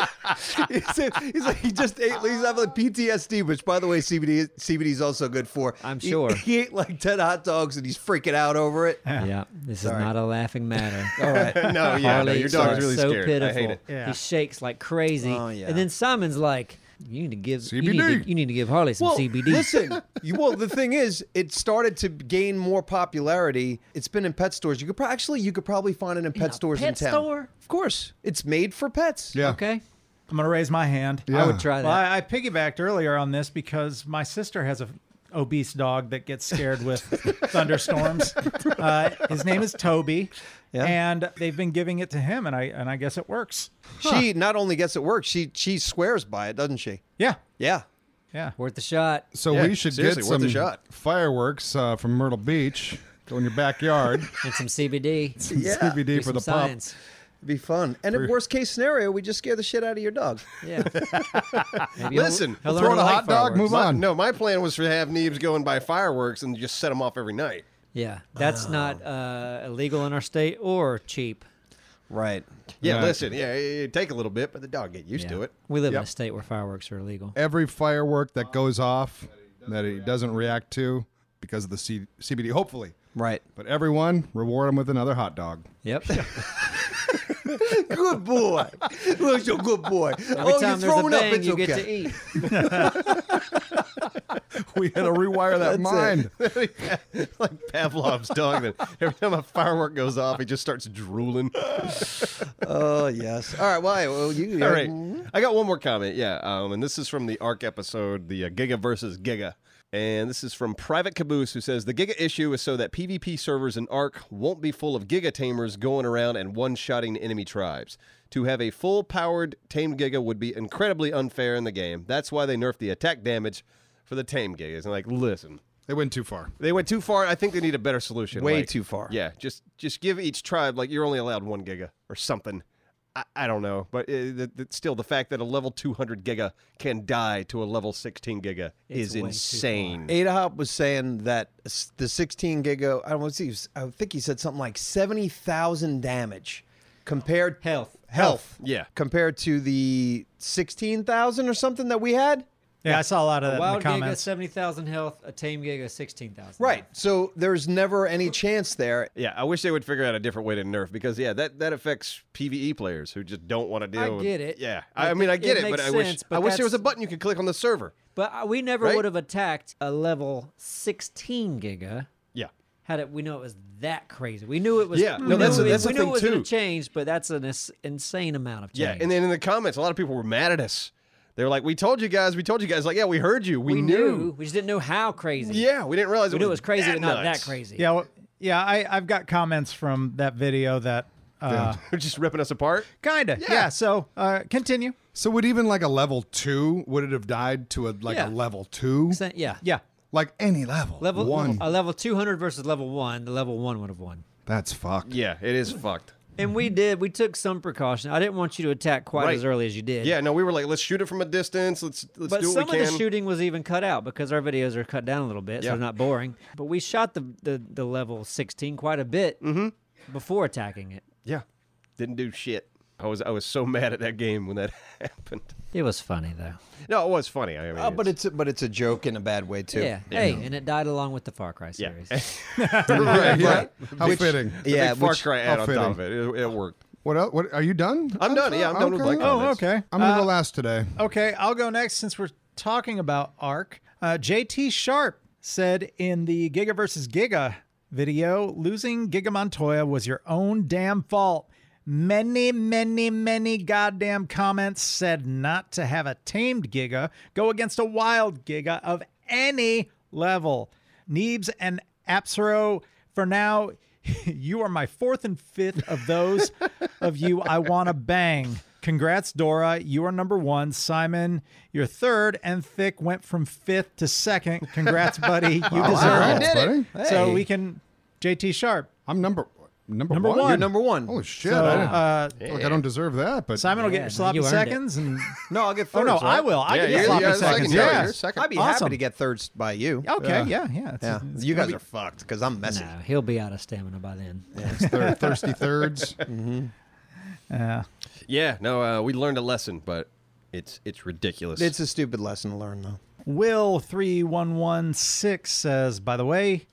Speaker 1: he's, he's like he just ate. He's having like PTSD, which by the way, CBD CBD is also good for.
Speaker 2: I'm
Speaker 1: He-
Speaker 2: sure.
Speaker 1: he, ate like ten hot dogs and he's freaking out over it.
Speaker 2: yeah, this is not a laughing matter.
Speaker 1: All right,
Speaker 5: no, yeah, no,
Speaker 2: Harley
Speaker 5: your dog's
Speaker 2: is
Speaker 5: really
Speaker 2: so
Speaker 5: scared.
Speaker 2: pitiful.
Speaker 5: I hate it.
Speaker 4: Yeah.
Speaker 2: He shakes like crazy.
Speaker 1: Oh, yeah.
Speaker 2: And then Simon's like, "You need to give You need
Speaker 3: CBD.
Speaker 2: to, you need to give Harley some
Speaker 1: well,
Speaker 2: CBD."
Speaker 1: Listen, you, well, the thing is, it started to gain more popularity. It's been in pet stores. You could pro- actually, you could probably find it in pet
Speaker 2: a
Speaker 1: stores in
Speaker 2: pet
Speaker 1: town.
Speaker 2: store?
Speaker 1: Of course, it's made for pets.
Speaker 3: yeah.
Speaker 2: Okay,
Speaker 4: I'm gonna raise my hand.
Speaker 2: I
Speaker 3: Yeah.
Speaker 2: would try that.
Speaker 4: Well, I, I piggybacked earlier on this because my sister has a obese dog that gets scared with thunderstorms. Uh, his name is Toby,
Speaker 1: Yeah.
Speaker 4: and they've been giving it to him, and I and I guess it works.
Speaker 1: She not only gets it works, she she swears by it, doesn't she?
Speaker 4: Yeah,
Speaker 1: Yeah.
Speaker 4: yeah.
Speaker 2: Worth the shot.
Speaker 3: So
Speaker 5: Yeah,
Speaker 3: we should get
Speaker 5: seriously, worth a
Speaker 3: some
Speaker 5: shot.
Speaker 3: fireworks uh, from Myrtle Beach. Go in your backyard.
Speaker 2: And some CBD.
Speaker 3: some
Speaker 1: Yeah.
Speaker 3: CBD
Speaker 2: Do
Speaker 3: for
Speaker 2: some
Speaker 3: the
Speaker 2: science.
Speaker 1: It'd be fun. And in worst case scenario, we just scare the shit out of your dog.
Speaker 2: Yeah. Maybe he'll-
Speaker 5: Listen,
Speaker 2: he'll learn
Speaker 3: throw
Speaker 2: to
Speaker 3: in a
Speaker 2: like
Speaker 3: hot dog,
Speaker 2: fireworks.
Speaker 3: move
Speaker 5: My-
Speaker 3: on.
Speaker 5: no, my plan was to have Neebs go and buy fireworks and just set them off every night.
Speaker 2: Yeah, that's
Speaker 4: Oh.
Speaker 2: not uh, illegal in our state or cheap.
Speaker 1: Right.
Speaker 5: Yeah,
Speaker 3: Right.
Speaker 5: listen, yeah, it, it take a little bit, but the dog get used
Speaker 2: Yeah.
Speaker 5: to it.
Speaker 2: We live in a
Speaker 3: Yep.
Speaker 2: state where fireworks are illegal.
Speaker 3: every firework that goes off that he doesn't react to because of the C- CBD, hopefully.
Speaker 1: Right.
Speaker 3: But everyone, reward him with another hot dog.
Speaker 2: Yep.
Speaker 1: Good boy. Look, you're a good boy.
Speaker 2: Every
Speaker 1: oh, you're
Speaker 2: time there's a
Speaker 1: throwing up.
Speaker 2: bang,
Speaker 1: It's
Speaker 2: you
Speaker 1: okay.
Speaker 2: get to eat.
Speaker 3: We had to rewire that mind.
Speaker 5: like Pavlov's dog that every time a firework goes off, he just starts drooling.
Speaker 1: Oh yes. All right. Well, I- well you.
Speaker 5: All right, I got one more comment. Yeah, um, and this is from the Arc episode, the uh, Giga versus Giga, and this is from Private Caboose, who says the Giga issue is so that PvP servers in Arc won't be full of Giga tamers going around and one-shotting enemy tribes. To have a full-powered tamed Giga would be incredibly unfair in the game. That's why they nerfed the attack damage for the tamed Gigas. And like, listen.
Speaker 3: They went too far.
Speaker 5: They went too far. I think they need a better solution.
Speaker 1: Way
Speaker 5: like-
Speaker 1: too far.
Speaker 5: Yeah, just just give each tribe like you're only allowed one giga or something. I, I don't know, but uh th- th- still, the fact that a level 200 giga can die to a level 16 giga
Speaker 2: It's
Speaker 5: is
Speaker 2: way too
Speaker 5: insane.
Speaker 1: Ada Hop was saying that s- the 16 giga. I don't know, see. I think he said something like 70,000 damage compared
Speaker 2: Health.
Speaker 1: Health.
Speaker 5: Yeah.
Speaker 1: Compared to the 16,000 or something that we had.
Speaker 4: Yeah, I saw a lot of that in
Speaker 2: Wild
Speaker 4: the
Speaker 2: gig of
Speaker 4: comments.
Speaker 2: seventy thousand health, a tame gig of sixteen thousand.
Speaker 1: Right. So there's never any chance there.
Speaker 5: Yeah, I wish they would figure out a different way to nerf because yeah, that, that affects PVE players who just don't want to deal.
Speaker 2: I
Speaker 5: with,
Speaker 2: get it.
Speaker 5: Yeah,
Speaker 2: I
Speaker 5: I, mean, I
Speaker 2: think
Speaker 5: get
Speaker 2: it
Speaker 5: it, but
Speaker 2: makes
Speaker 5: I wish
Speaker 2: sense, but
Speaker 5: I wish there was a
Speaker 2: that's-
Speaker 5: button you could click on the server.
Speaker 2: But uh, we never
Speaker 5: Right?
Speaker 2: would have attacked a level sixteen giga
Speaker 5: Yeah,
Speaker 2: had it. We know it was that crazy. We knew it was.
Speaker 5: Yeah,
Speaker 2: we
Speaker 5: no, that's
Speaker 2: knew
Speaker 5: a-
Speaker 2: it-
Speaker 5: that's a
Speaker 2: we knew
Speaker 5: thing
Speaker 2: it was gonna
Speaker 5: too.
Speaker 2: Change, but that's an ins- insane amount of
Speaker 5: yeah.
Speaker 2: change.
Speaker 5: And then in the comments, a lot of people were mad at us. They were like, "We told you guys, we told you guys." Like, yeah, we heard you, we,
Speaker 2: we
Speaker 5: knew.
Speaker 2: knew. We just didn't know how crazy.
Speaker 5: Yeah, we didn't realize
Speaker 2: we
Speaker 5: it
Speaker 2: knew it was
Speaker 5: was
Speaker 2: crazy, but
Speaker 5: that
Speaker 2: not
Speaker 5: nuts.
Speaker 2: that crazy.
Speaker 4: Yeah, well, yeah. I, I've got comments from that video that uh,
Speaker 5: They're just ripping us apart.
Speaker 4: kind of. Yeah. So uh, continue.
Speaker 3: So would even like a level two would it have died to a like
Speaker 2: Yeah.
Speaker 3: a level two?
Speaker 2: Sen- yeah.
Speaker 4: Yeah.
Speaker 3: Like any level.
Speaker 2: Level
Speaker 3: one.
Speaker 2: a level two hundred versus level one. The level one would have won.
Speaker 3: That's fucked.
Speaker 5: Yeah, it is
Speaker 2: Mm.
Speaker 5: fucked.
Speaker 2: And we did. We took some precaution. I didn't want you to attack quite
Speaker 5: Right.
Speaker 2: as early as you did.
Speaker 5: Yeah, no, we were like, let's shoot it from a distance. Let's let's
Speaker 2: But
Speaker 5: do
Speaker 2: some
Speaker 5: what
Speaker 2: of
Speaker 5: we can.
Speaker 2: the shooting was even cut out because our videos are cut down a little bit, so
Speaker 5: Yeah.
Speaker 2: they're not boring. But we shot the, the, the level 16 quite a bit
Speaker 5: Mm-hmm.
Speaker 2: before attacking it.
Speaker 5: yeah, didn't do shit. I was I was so mad at that game when that happened.
Speaker 2: It was funny though.
Speaker 5: No, it was funny. I mean,
Speaker 2: Oh,
Speaker 1: Uh, but it's but it's a joke in a bad way too.
Speaker 2: Yeah. Hey, and it died along with the Far Cry
Speaker 5: yeah,
Speaker 2: series.
Speaker 5: right,
Speaker 3: Yeah.
Speaker 5: right.
Speaker 3: How fitting.
Speaker 5: The
Speaker 1: Yeah,
Speaker 5: big Far
Speaker 1: which-
Speaker 5: Cry ad
Speaker 3: how
Speaker 5: on top of
Speaker 3: fitting.
Speaker 5: it. it. It worked.
Speaker 3: What else? What are you done?
Speaker 5: I'm done. Yeah, I'm done with my
Speaker 3: Oh,
Speaker 5: comments.
Speaker 4: Oh,
Speaker 5: That's-
Speaker 4: okay.
Speaker 3: I'm gonna go last today.
Speaker 4: Okay, I'll go next since we're talking about Arc. Uh, JT Sharp said in the Giga versus Giga video, losing Giga Montoya was your own damn fault. Many, many, many goddamn comments said not to have a tamed Giga go against a wild Giga of any level. Neebs and Apsaro, for now, you are my fourth and fifth of those of you I want to bang. Congrats, Dora. You are number one. Simon, you're third, and Thick went from fifth to second. Congrats, buddy. You deserve
Speaker 3: Congrats,
Speaker 4: it.
Speaker 3: buddy.
Speaker 4: So we can JT Sharp.
Speaker 3: I'm number number,
Speaker 4: Number
Speaker 3: one.
Speaker 4: one.
Speaker 1: You're number one.
Speaker 3: Holy shit!
Speaker 4: So
Speaker 3: I, didn't-
Speaker 4: uh,
Speaker 3: look, I don't deserve that, but
Speaker 4: Simon will get
Speaker 2: Yeah,
Speaker 4: your
Speaker 2: man,
Speaker 4: sloppy
Speaker 2: you earned it.
Speaker 4: seconds, and
Speaker 1: No, I'll get
Speaker 4: oh
Speaker 1: third.
Speaker 4: no, I will. I
Speaker 5: Yeah,
Speaker 4: get
Speaker 5: you're-
Speaker 4: sloppy
Speaker 5: you're
Speaker 4: seconds.
Speaker 5: second. Yeah,
Speaker 4: yeah.
Speaker 5: you're second.
Speaker 1: I'd be
Speaker 4: Awesome.
Speaker 1: happy to get thirds by you.
Speaker 4: Okay. Yeah. Yeah. It's-
Speaker 1: Yeah.
Speaker 4: it's
Speaker 1: You
Speaker 4: gonna
Speaker 1: guys
Speaker 4: be-
Speaker 1: are fucked because I'm messy.
Speaker 2: no, he'll be out of stamina by then.
Speaker 3: thir- thirsty thirds.
Speaker 4: Yeah.
Speaker 5: Yeah, no, uh, we learned a lesson, but it's it's ridiculous.
Speaker 1: It's a stupid lesson to learn though.
Speaker 4: Will three one one six says, by the way,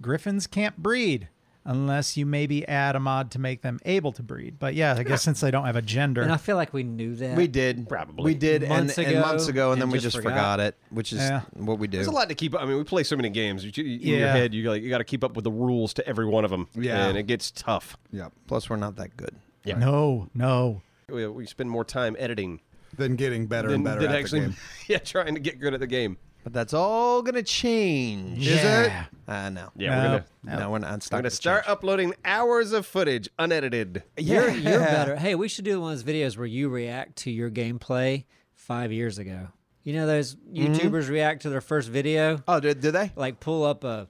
Speaker 4: griffins can't breed unless you maybe add a mod to make them able to breed. But yeah, I guess since they don't have a gender,
Speaker 2: And I feel like we knew that.
Speaker 1: We did
Speaker 5: Probably.
Speaker 1: We did
Speaker 2: Months
Speaker 1: and,
Speaker 2: ago,
Speaker 1: and months ago, and,
Speaker 2: and
Speaker 1: then we
Speaker 2: just
Speaker 1: just
Speaker 2: forgot.
Speaker 1: forgot. it, which is
Speaker 4: Yeah.
Speaker 1: what we do.
Speaker 5: There's a lot to keep. up. I mean, we play so many games. You, you, In your
Speaker 4: Yeah.
Speaker 5: head, you like you got to keep up with the rules to every one of them.
Speaker 3: Yeah.
Speaker 5: and it gets tough.
Speaker 3: Yep.
Speaker 1: Plus, we're not that good.
Speaker 5: Yeah.
Speaker 4: no, no.
Speaker 5: We, we spend more time editing
Speaker 3: Then getting better
Speaker 5: than,
Speaker 3: and better
Speaker 5: than
Speaker 3: at
Speaker 5: actually,
Speaker 3: the game.
Speaker 5: yeah, trying to get good at the game.
Speaker 1: But that's all gonna change.
Speaker 4: Is
Speaker 3: Yeah.
Speaker 1: Uh, no.
Speaker 5: Yeah,
Speaker 4: No.
Speaker 5: we're gonna
Speaker 1: No, we're not. It's
Speaker 5: we're
Speaker 1: not
Speaker 5: gonna
Speaker 1: gonna
Speaker 5: start uploading hours of footage unedited.
Speaker 2: You're, you're better. Hey, we should do one of those videos where you react to your gameplay five years ago. You know those
Speaker 1: Mm-hmm.
Speaker 2: YouTubers react to their first video?
Speaker 1: Oh, did, did they?
Speaker 2: like pull up a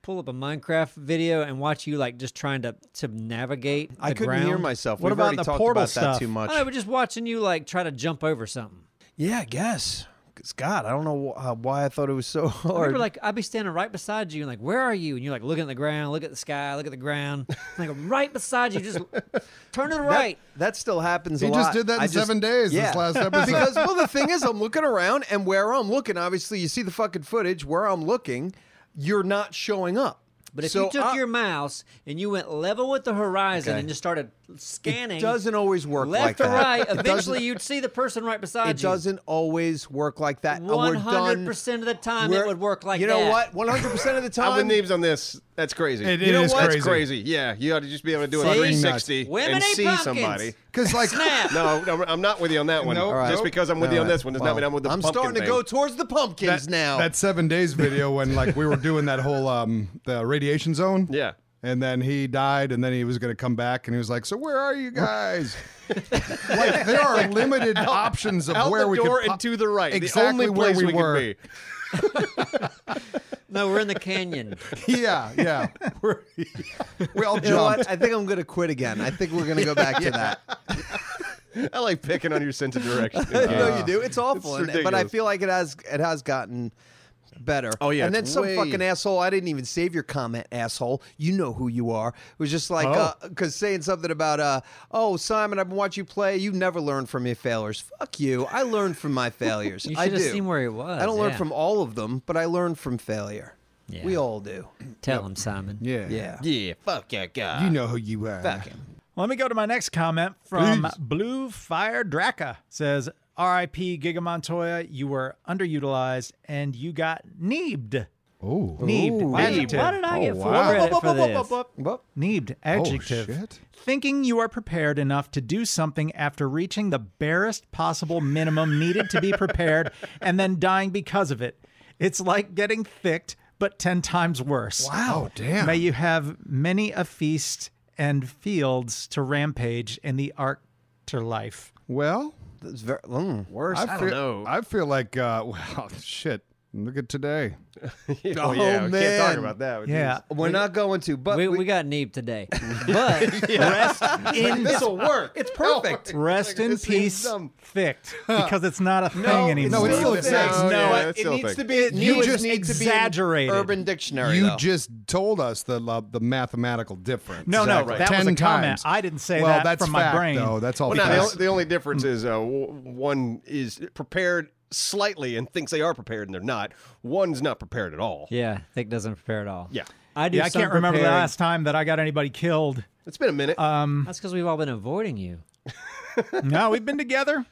Speaker 2: pull up a Minecraft video and watch you like just trying to to navigate.
Speaker 1: I
Speaker 2: the
Speaker 1: couldn't
Speaker 2: ground.
Speaker 1: hear myself.
Speaker 4: What
Speaker 1: We've
Speaker 4: about
Speaker 1: already
Speaker 4: the
Speaker 1: talked
Speaker 4: portal
Speaker 1: about that
Speaker 4: stuff?
Speaker 1: too much.
Speaker 2: I know, but just watching you like try to jump over something.
Speaker 1: yeah, I guess. 'Cause God, I don't know wh- uh, why I thought it was so
Speaker 2: I
Speaker 1: hard.
Speaker 2: remember, like I'd be standing right beside you and like, where are you? And you're like looking at the ground, look at the sky, look at the ground. like I'm right beside you, just turn to the
Speaker 1: That-
Speaker 2: right.
Speaker 1: That still happens.
Speaker 3: He
Speaker 1: a
Speaker 3: just
Speaker 1: lot.
Speaker 3: did that in
Speaker 1: I just-
Speaker 3: seven days.
Speaker 1: Yeah.
Speaker 3: This last episode.
Speaker 1: because well, the thing is, I'm looking around, and where I'm looking, obviously, you see the fucking footage. Where I'm looking, you're not showing up.
Speaker 2: But if
Speaker 1: So uh,
Speaker 2: you took
Speaker 1: I-
Speaker 2: your mouse and you went level with the horizon
Speaker 1: Okay.
Speaker 2: and just started scanning,
Speaker 1: it doesn't always work
Speaker 2: left
Speaker 1: like
Speaker 2: to
Speaker 1: that.
Speaker 2: right,
Speaker 1: It doesn't-
Speaker 2: eventually you'd see the person right beside
Speaker 1: It
Speaker 2: you.
Speaker 1: doesn't always work like that. And we're
Speaker 2: One
Speaker 1: done-
Speaker 2: hundred percent of the time,
Speaker 1: we're-
Speaker 2: it would work like
Speaker 1: You
Speaker 2: that.
Speaker 1: know what? 100% of the time.
Speaker 5: I'm with Neves on this. That's crazy.
Speaker 3: It-
Speaker 5: you
Speaker 3: it
Speaker 5: know
Speaker 3: is
Speaker 5: what? That's
Speaker 3: crazy.
Speaker 5: crazy. Yeah, you ought to just be able to do a
Speaker 2: See?
Speaker 5: 360
Speaker 2: Women
Speaker 5: and
Speaker 2: ain't
Speaker 5: see
Speaker 2: pumpkins.
Speaker 5: somebody.
Speaker 3: Because like
Speaker 2: Snap.
Speaker 5: No, no, I'm not with you on that one.
Speaker 3: Nope.
Speaker 5: Just
Speaker 3: Nope.
Speaker 5: because I'm with
Speaker 1: No,
Speaker 5: you on this one does not
Speaker 1: well,
Speaker 5: mean I'm with the
Speaker 1: I'm
Speaker 5: pumpkin
Speaker 1: starting to
Speaker 5: thing.
Speaker 1: go towards the pumpkins
Speaker 3: that,
Speaker 1: now.
Speaker 3: that seven days video when like we were doing that whole um the radiation zone.
Speaker 5: Yeah.
Speaker 3: And then he died, and then he was gonna come back, and he was like, "So where are you guys?" like there are limited options of
Speaker 5: out
Speaker 3: where
Speaker 5: the
Speaker 3: we
Speaker 5: door
Speaker 3: could
Speaker 5: and to the right.
Speaker 3: Exactly
Speaker 5: the only
Speaker 3: where
Speaker 5: place
Speaker 3: we,
Speaker 5: we,
Speaker 3: were.
Speaker 5: could be.
Speaker 2: No, we're in the canyon.
Speaker 3: Yeah, yeah. We're- we all
Speaker 1: you know
Speaker 3: jumped.
Speaker 1: what? I think I'm going to quit again. I think we're going to go back to that.
Speaker 5: I like picking on your sense of direction. Oh,
Speaker 1: no, you do. It's awful,
Speaker 5: It's
Speaker 1: and- but I
Speaker 5: ridiculous.
Speaker 1: feel like it has it has gotten better.
Speaker 5: Oh, yeah,
Speaker 1: and then
Speaker 5: it's
Speaker 1: some
Speaker 5: way-
Speaker 1: fucking asshole. I didn't even save your comment, asshole. You know who you are. It was just like because saying something about uh oh Simon, I've been watching you play. You never learn from your failures. Fuck you. I learned from my failures.
Speaker 2: You
Speaker 1: I
Speaker 2: should
Speaker 1: do.
Speaker 2: have seen where he was.
Speaker 1: I don't learn
Speaker 2: yeah.
Speaker 1: from all of them, but I learn from failure.
Speaker 2: Yeah.
Speaker 1: We all do.
Speaker 2: Tell him, Simon.
Speaker 3: Yeah.
Speaker 1: Yeah.
Speaker 5: Yeah, fuck that guy.
Speaker 3: You know who you are.
Speaker 4: Let me go to my next comment from
Speaker 3: Please.
Speaker 4: Blue Fire Draka. Says, "R.I.P. Giga Montoya. You were underutilized and you got neebed.
Speaker 3: Oh.
Speaker 4: Neebed.
Speaker 1: Ooh.
Speaker 2: Why did,
Speaker 4: adjective.
Speaker 2: why did I get
Speaker 3: Oh,
Speaker 2: full
Speaker 3: wow.
Speaker 2: credit for this?
Speaker 1: Well,
Speaker 4: Neebed. Adjective.
Speaker 3: shit.
Speaker 4: Thinking you are prepared enough to do something after reaching the barest possible minimum needed to be prepared and then dying because of it. It's like getting thicked, but 10 times worse.
Speaker 3: Wow, oh, damn.
Speaker 4: May you have many a feast and fields to rampage in the afterlife.
Speaker 3: Well,
Speaker 1: that's very. Mm.
Speaker 5: Worse,
Speaker 3: I, feel, I feel like, uh, well, shit. Look at today.
Speaker 5: oh, yeah, we can't
Speaker 1: man.
Speaker 5: talk about that.
Speaker 4: Yeah.
Speaker 1: We're not going to, but
Speaker 2: We,
Speaker 1: we-
Speaker 2: we got Neeb today. But
Speaker 5: this will work. It's
Speaker 1: perfect.
Speaker 4: Rest in
Speaker 5: this seems
Speaker 4: peace,
Speaker 5: dumb.
Speaker 4: thicked, because it's not a thing anymore.
Speaker 3: no, it's still
Speaker 1: It's
Speaker 3: a thing.
Speaker 1: not.
Speaker 5: No, yeah,
Speaker 1: it,
Speaker 5: it's still a
Speaker 1: needs
Speaker 5: thing.
Speaker 1: to be. It
Speaker 4: You
Speaker 1: needs
Speaker 4: just
Speaker 1: to be in
Speaker 4: exaggerated.
Speaker 1: Urban Dictionary.
Speaker 3: You
Speaker 1: though.
Speaker 3: just told us the lo- the mathematical difference.
Speaker 4: No, no,
Speaker 3: Exactly.
Speaker 4: that was
Speaker 3: Ten
Speaker 4: a comment.
Speaker 3: times.
Speaker 4: I didn't say
Speaker 3: well,
Speaker 4: that
Speaker 3: that's
Speaker 4: from
Speaker 3: fact,
Speaker 4: my brain.
Speaker 3: Though that's all.
Speaker 5: Well, no, the,
Speaker 3: facts.
Speaker 5: only, the only
Speaker 1: Mm.
Speaker 5: difference is uh, w- one is prepared slightly and thinks they are prepared and they're not. One's not prepared at all.
Speaker 2: yeah, Thick doesn't prepare at all.
Speaker 5: Yeah.
Speaker 2: I do.
Speaker 4: Yeah, I
Speaker 2: some
Speaker 4: can't remember the
Speaker 2: preparing.
Speaker 4: last time that I got anybody killed.
Speaker 5: It's been a minute.
Speaker 1: Uh,
Speaker 2: That's because we've all been avoiding you.
Speaker 4: No, we've been together.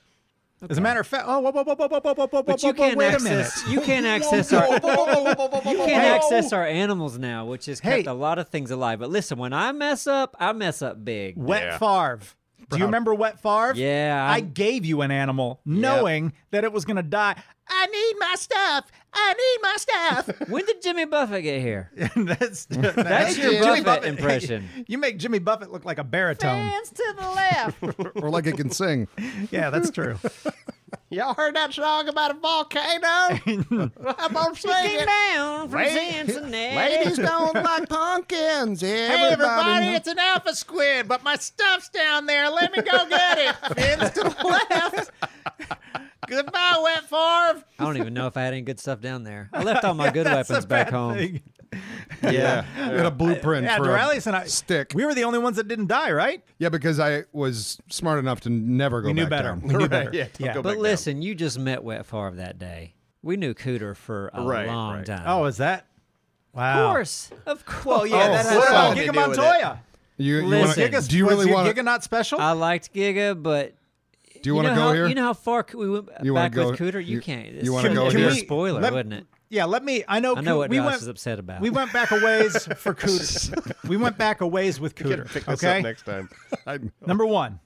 Speaker 4: As a matter of fact, oh, whoa, whoa, whoa, whoa, whoa, whoa, whoa, whoa,
Speaker 2: But
Speaker 4: whoa,
Speaker 2: you
Speaker 4: whoa,
Speaker 2: can't
Speaker 4: wait a minute.
Speaker 2: access. You can't access our. You can't access our animals now, which has kept
Speaker 4: Hey.
Speaker 2: a lot of things alive. But listen, when I mess up, I mess up big.
Speaker 4: Wet
Speaker 5: Yeah.
Speaker 4: Favre. Do you remember Wet Favre?
Speaker 2: Yeah,
Speaker 4: I
Speaker 2: I'm-
Speaker 4: gave you an animal knowing that it was going to die. I need my stuff. I need my stuff.
Speaker 2: When did Jimmy Buffett get here?
Speaker 4: And that's that's
Speaker 2: your Buffett impression.
Speaker 4: You make Jimmy Buffett look like a baritone.
Speaker 2: Hands to the left.
Speaker 3: or like it can sing.
Speaker 4: Yeah, that's true.
Speaker 5: Y'all heard that song about a volcano? I'm on
Speaker 2: Looking down from Cincinnati.
Speaker 3: don't like pumpkins. Everybody,
Speaker 4: an alpha squid, but my stuff's down there. Let me go get it. Fins to the left. Goodbye, Wet Favre.
Speaker 2: I don't even know if I had any good stuff down there. I left all my good weapons back home.
Speaker 5: Yeah.
Speaker 3: We had a blueprint
Speaker 4: Yeah,
Speaker 3: for
Speaker 4: Doralius
Speaker 3: a
Speaker 4: and I
Speaker 3: stick.
Speaker 4: We were the only ones that didn't die, right?
Speaker 3: yeah, because I was smart enough to never go.
Speaker 4: We knew
Speaker 3: back
Speaker 4: better.
Speaker 3: down.
Speaker 4: We knew better.
Speaker 5: Yeah, don't
Speaker 2: But
Speaker 5: go back down.
Speaker 2: listen, you just met Wet Favre that day. We knew Cooter for a
Speaker 5: Right,
Speaker 2: long
Speaker 5: right.
Speaker 2: time.
Speaker 4: Oh, is that? Wow.
Speaker 2: of course, of course.
Speaker 1: Well, yeah, that has
Speaker 4: What about
Speaker 1: something to
Speaker 4: Giga
Speaker 1: do with it.
Speaker 4: Montoya?
Speaker 3: You, you wanna,
Speaker 2: Listen.
Speaker 4: Giga's,
Speaker 3: do you
Speaker 4: was
Speaker 3: really
Speaker 4: your
Speaker 3: want
Speaker 4: Giga not special?
Speaker 2: I liked Giga, but
Speaker 3: Do you want to
Speaker 2: know
Speaker 3: go
Speaker 2: how,
Speaker 3: here?
Speaker 2: You know how far c- we went
Speaker 3: You wanna
Speaker 2: back with
Speaker 3: go-
Speaker 2: Cooter. You,
Speaker 3: you-
Speaker 2: can't.
Speaker 3: you wanna
Speaker 2: it's
Speaker 3: go
Speaker 2: a
Speaker 3: here?
Speaker 2: spoiler,
Speaker 4: Let-
Speaker 2: wouldn't it?
Speaker 4: yeah, let me. I know.
Speaker 2: I know
Speaker 4: Coo-
Speaker 2: what
Speaker 4: we
Speaker 2: Ross
Speaker 4: went,
Speaker 2: is upset about.
Speaker 4: We went back a ways for Cooter. we went back a ways with Cooter.
Speaker 5: Pick this
Speaker 4: okay.
Speaker 5: up next time.
Speaker 4: Number one,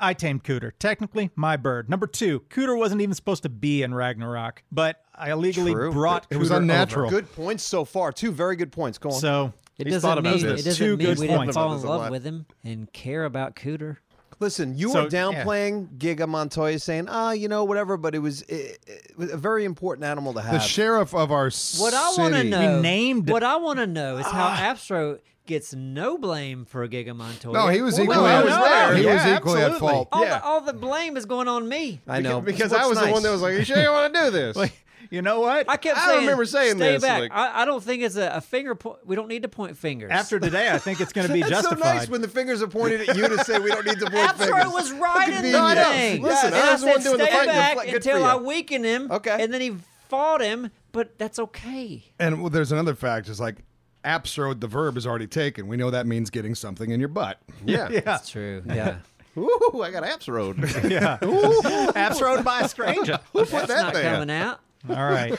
Speaker 4: I tamed Cooter. Technically, my bird. Number two, Cooter wasn't even supposed to be in Ragnarok, but I illegally
Speaker 1: True.
Speaker 4: brought Cooter
Speaker 3: it was unnatural.
Speaker 1: Good points so far. Two very good points. Go on.
Speaker 4: over. So
Speaker 2: It
Speaker 5: He's
Speaker 2: doesn't
Speaker 5: thought about
Speaker 2: mean
Speaker 5: this.
Speaker 2: it doesn't
Speaker 4: Two
Speaker 2: mean
Speaker 4: good
Speaker 2: we didn't
Speaker 4: points.
Speaker 2: fall in
Speaker 5: Thought about this a
Speaker 2: love
Speaker 5: lot.
Speaker 2: with him and care about Cooter.
Speaker 1: Listen, you
Speaker 4: So,
Speaker 1: were downplaying Giga Montoya, saying, "Ah, you know, whatever," but it was, it, it was a very important animal to
Speaker 3: The
Speaker 1: have.
Speaker 3: sheriff of our
Speaker 2: What
Speaker 3: city.
Speaker 2: I want to know,
Speaker 4: named-
Speaker 2: what I want to know is how Astro gets no blame for Giga Montoya.
Speaker 3: No, he was equally.
Speaker 5: no, I
Speaker 3: at-
Speaker 5: was there.
Speaker 3: He
Speaker 4: Yeah,
Speaker 3: was equally at
Speaker 4: absolutely.
Speaker 3: fault.
Speaker 2: all,
Speaker 5: yeah.
Speaker 2: the, all the blame is going on me.
Speaker 1: I know
Speaker 5: Because
Speaker 1: What's
Speaker 5: I was the
Speaker 1: nice?
Speaker 5: one that was like, you sure you want to do this?
Speaker 4: you know what?
Speaker 2: I kept
Speaker 5: I
Speaker 2: saying,
Speaker 5: remember saying
Speaker 2: stay
Speaker 5: this,
Speaker 2: back.
Speaker 5: like-
Speaker 2: I, I don't think it's a, a finger point. We don't need to point fingers.
Speaker 4: After today, I think it's going to be
Speaker 1: That's
Speaker 4: justified.
Speaker 1: so nice when the fingers are pointed at you to say we don't need to point
Speaker 2: Astro
Speaker 1: fingers.
Speaker 2: was right in
Speaker 1: No, I
Speaker 2: the
Speaker 1: know.
Speaker 2: thing.
Speaker 1: Listen,
Speaker 2: and
Speaker 1: I was the
Speaker 2: said,
Speaker 1: one doing the
Speaker 2: stay
Speaker 1: fighting.
Speaker 2: back
Speaker 1: Good for
Speaker 2: until
Speaker 1: you.
Speaker 2: I weaken him.
Speaker 1: Okay.
Speaker 2: And then he fought him, but that's okay.
Speaker 3: And well, there's another fact. It's like absurd. The verb is already taken. We know that means getting something in your butt.
Speaker 5: yeah.
Speaker 4: yeah,
Speaker 2: That's true. Yeah.
Speaker 5: Ooh, I got apps road.
Speaker 4: yeah. Absroed by a stranger.
Speaker 5: Who put
Speaker 2: that's
Speaker 5: that
Speaker 2: not
Speaker 5: there?
Speaker 2: coming out.
Speaker 4: All right.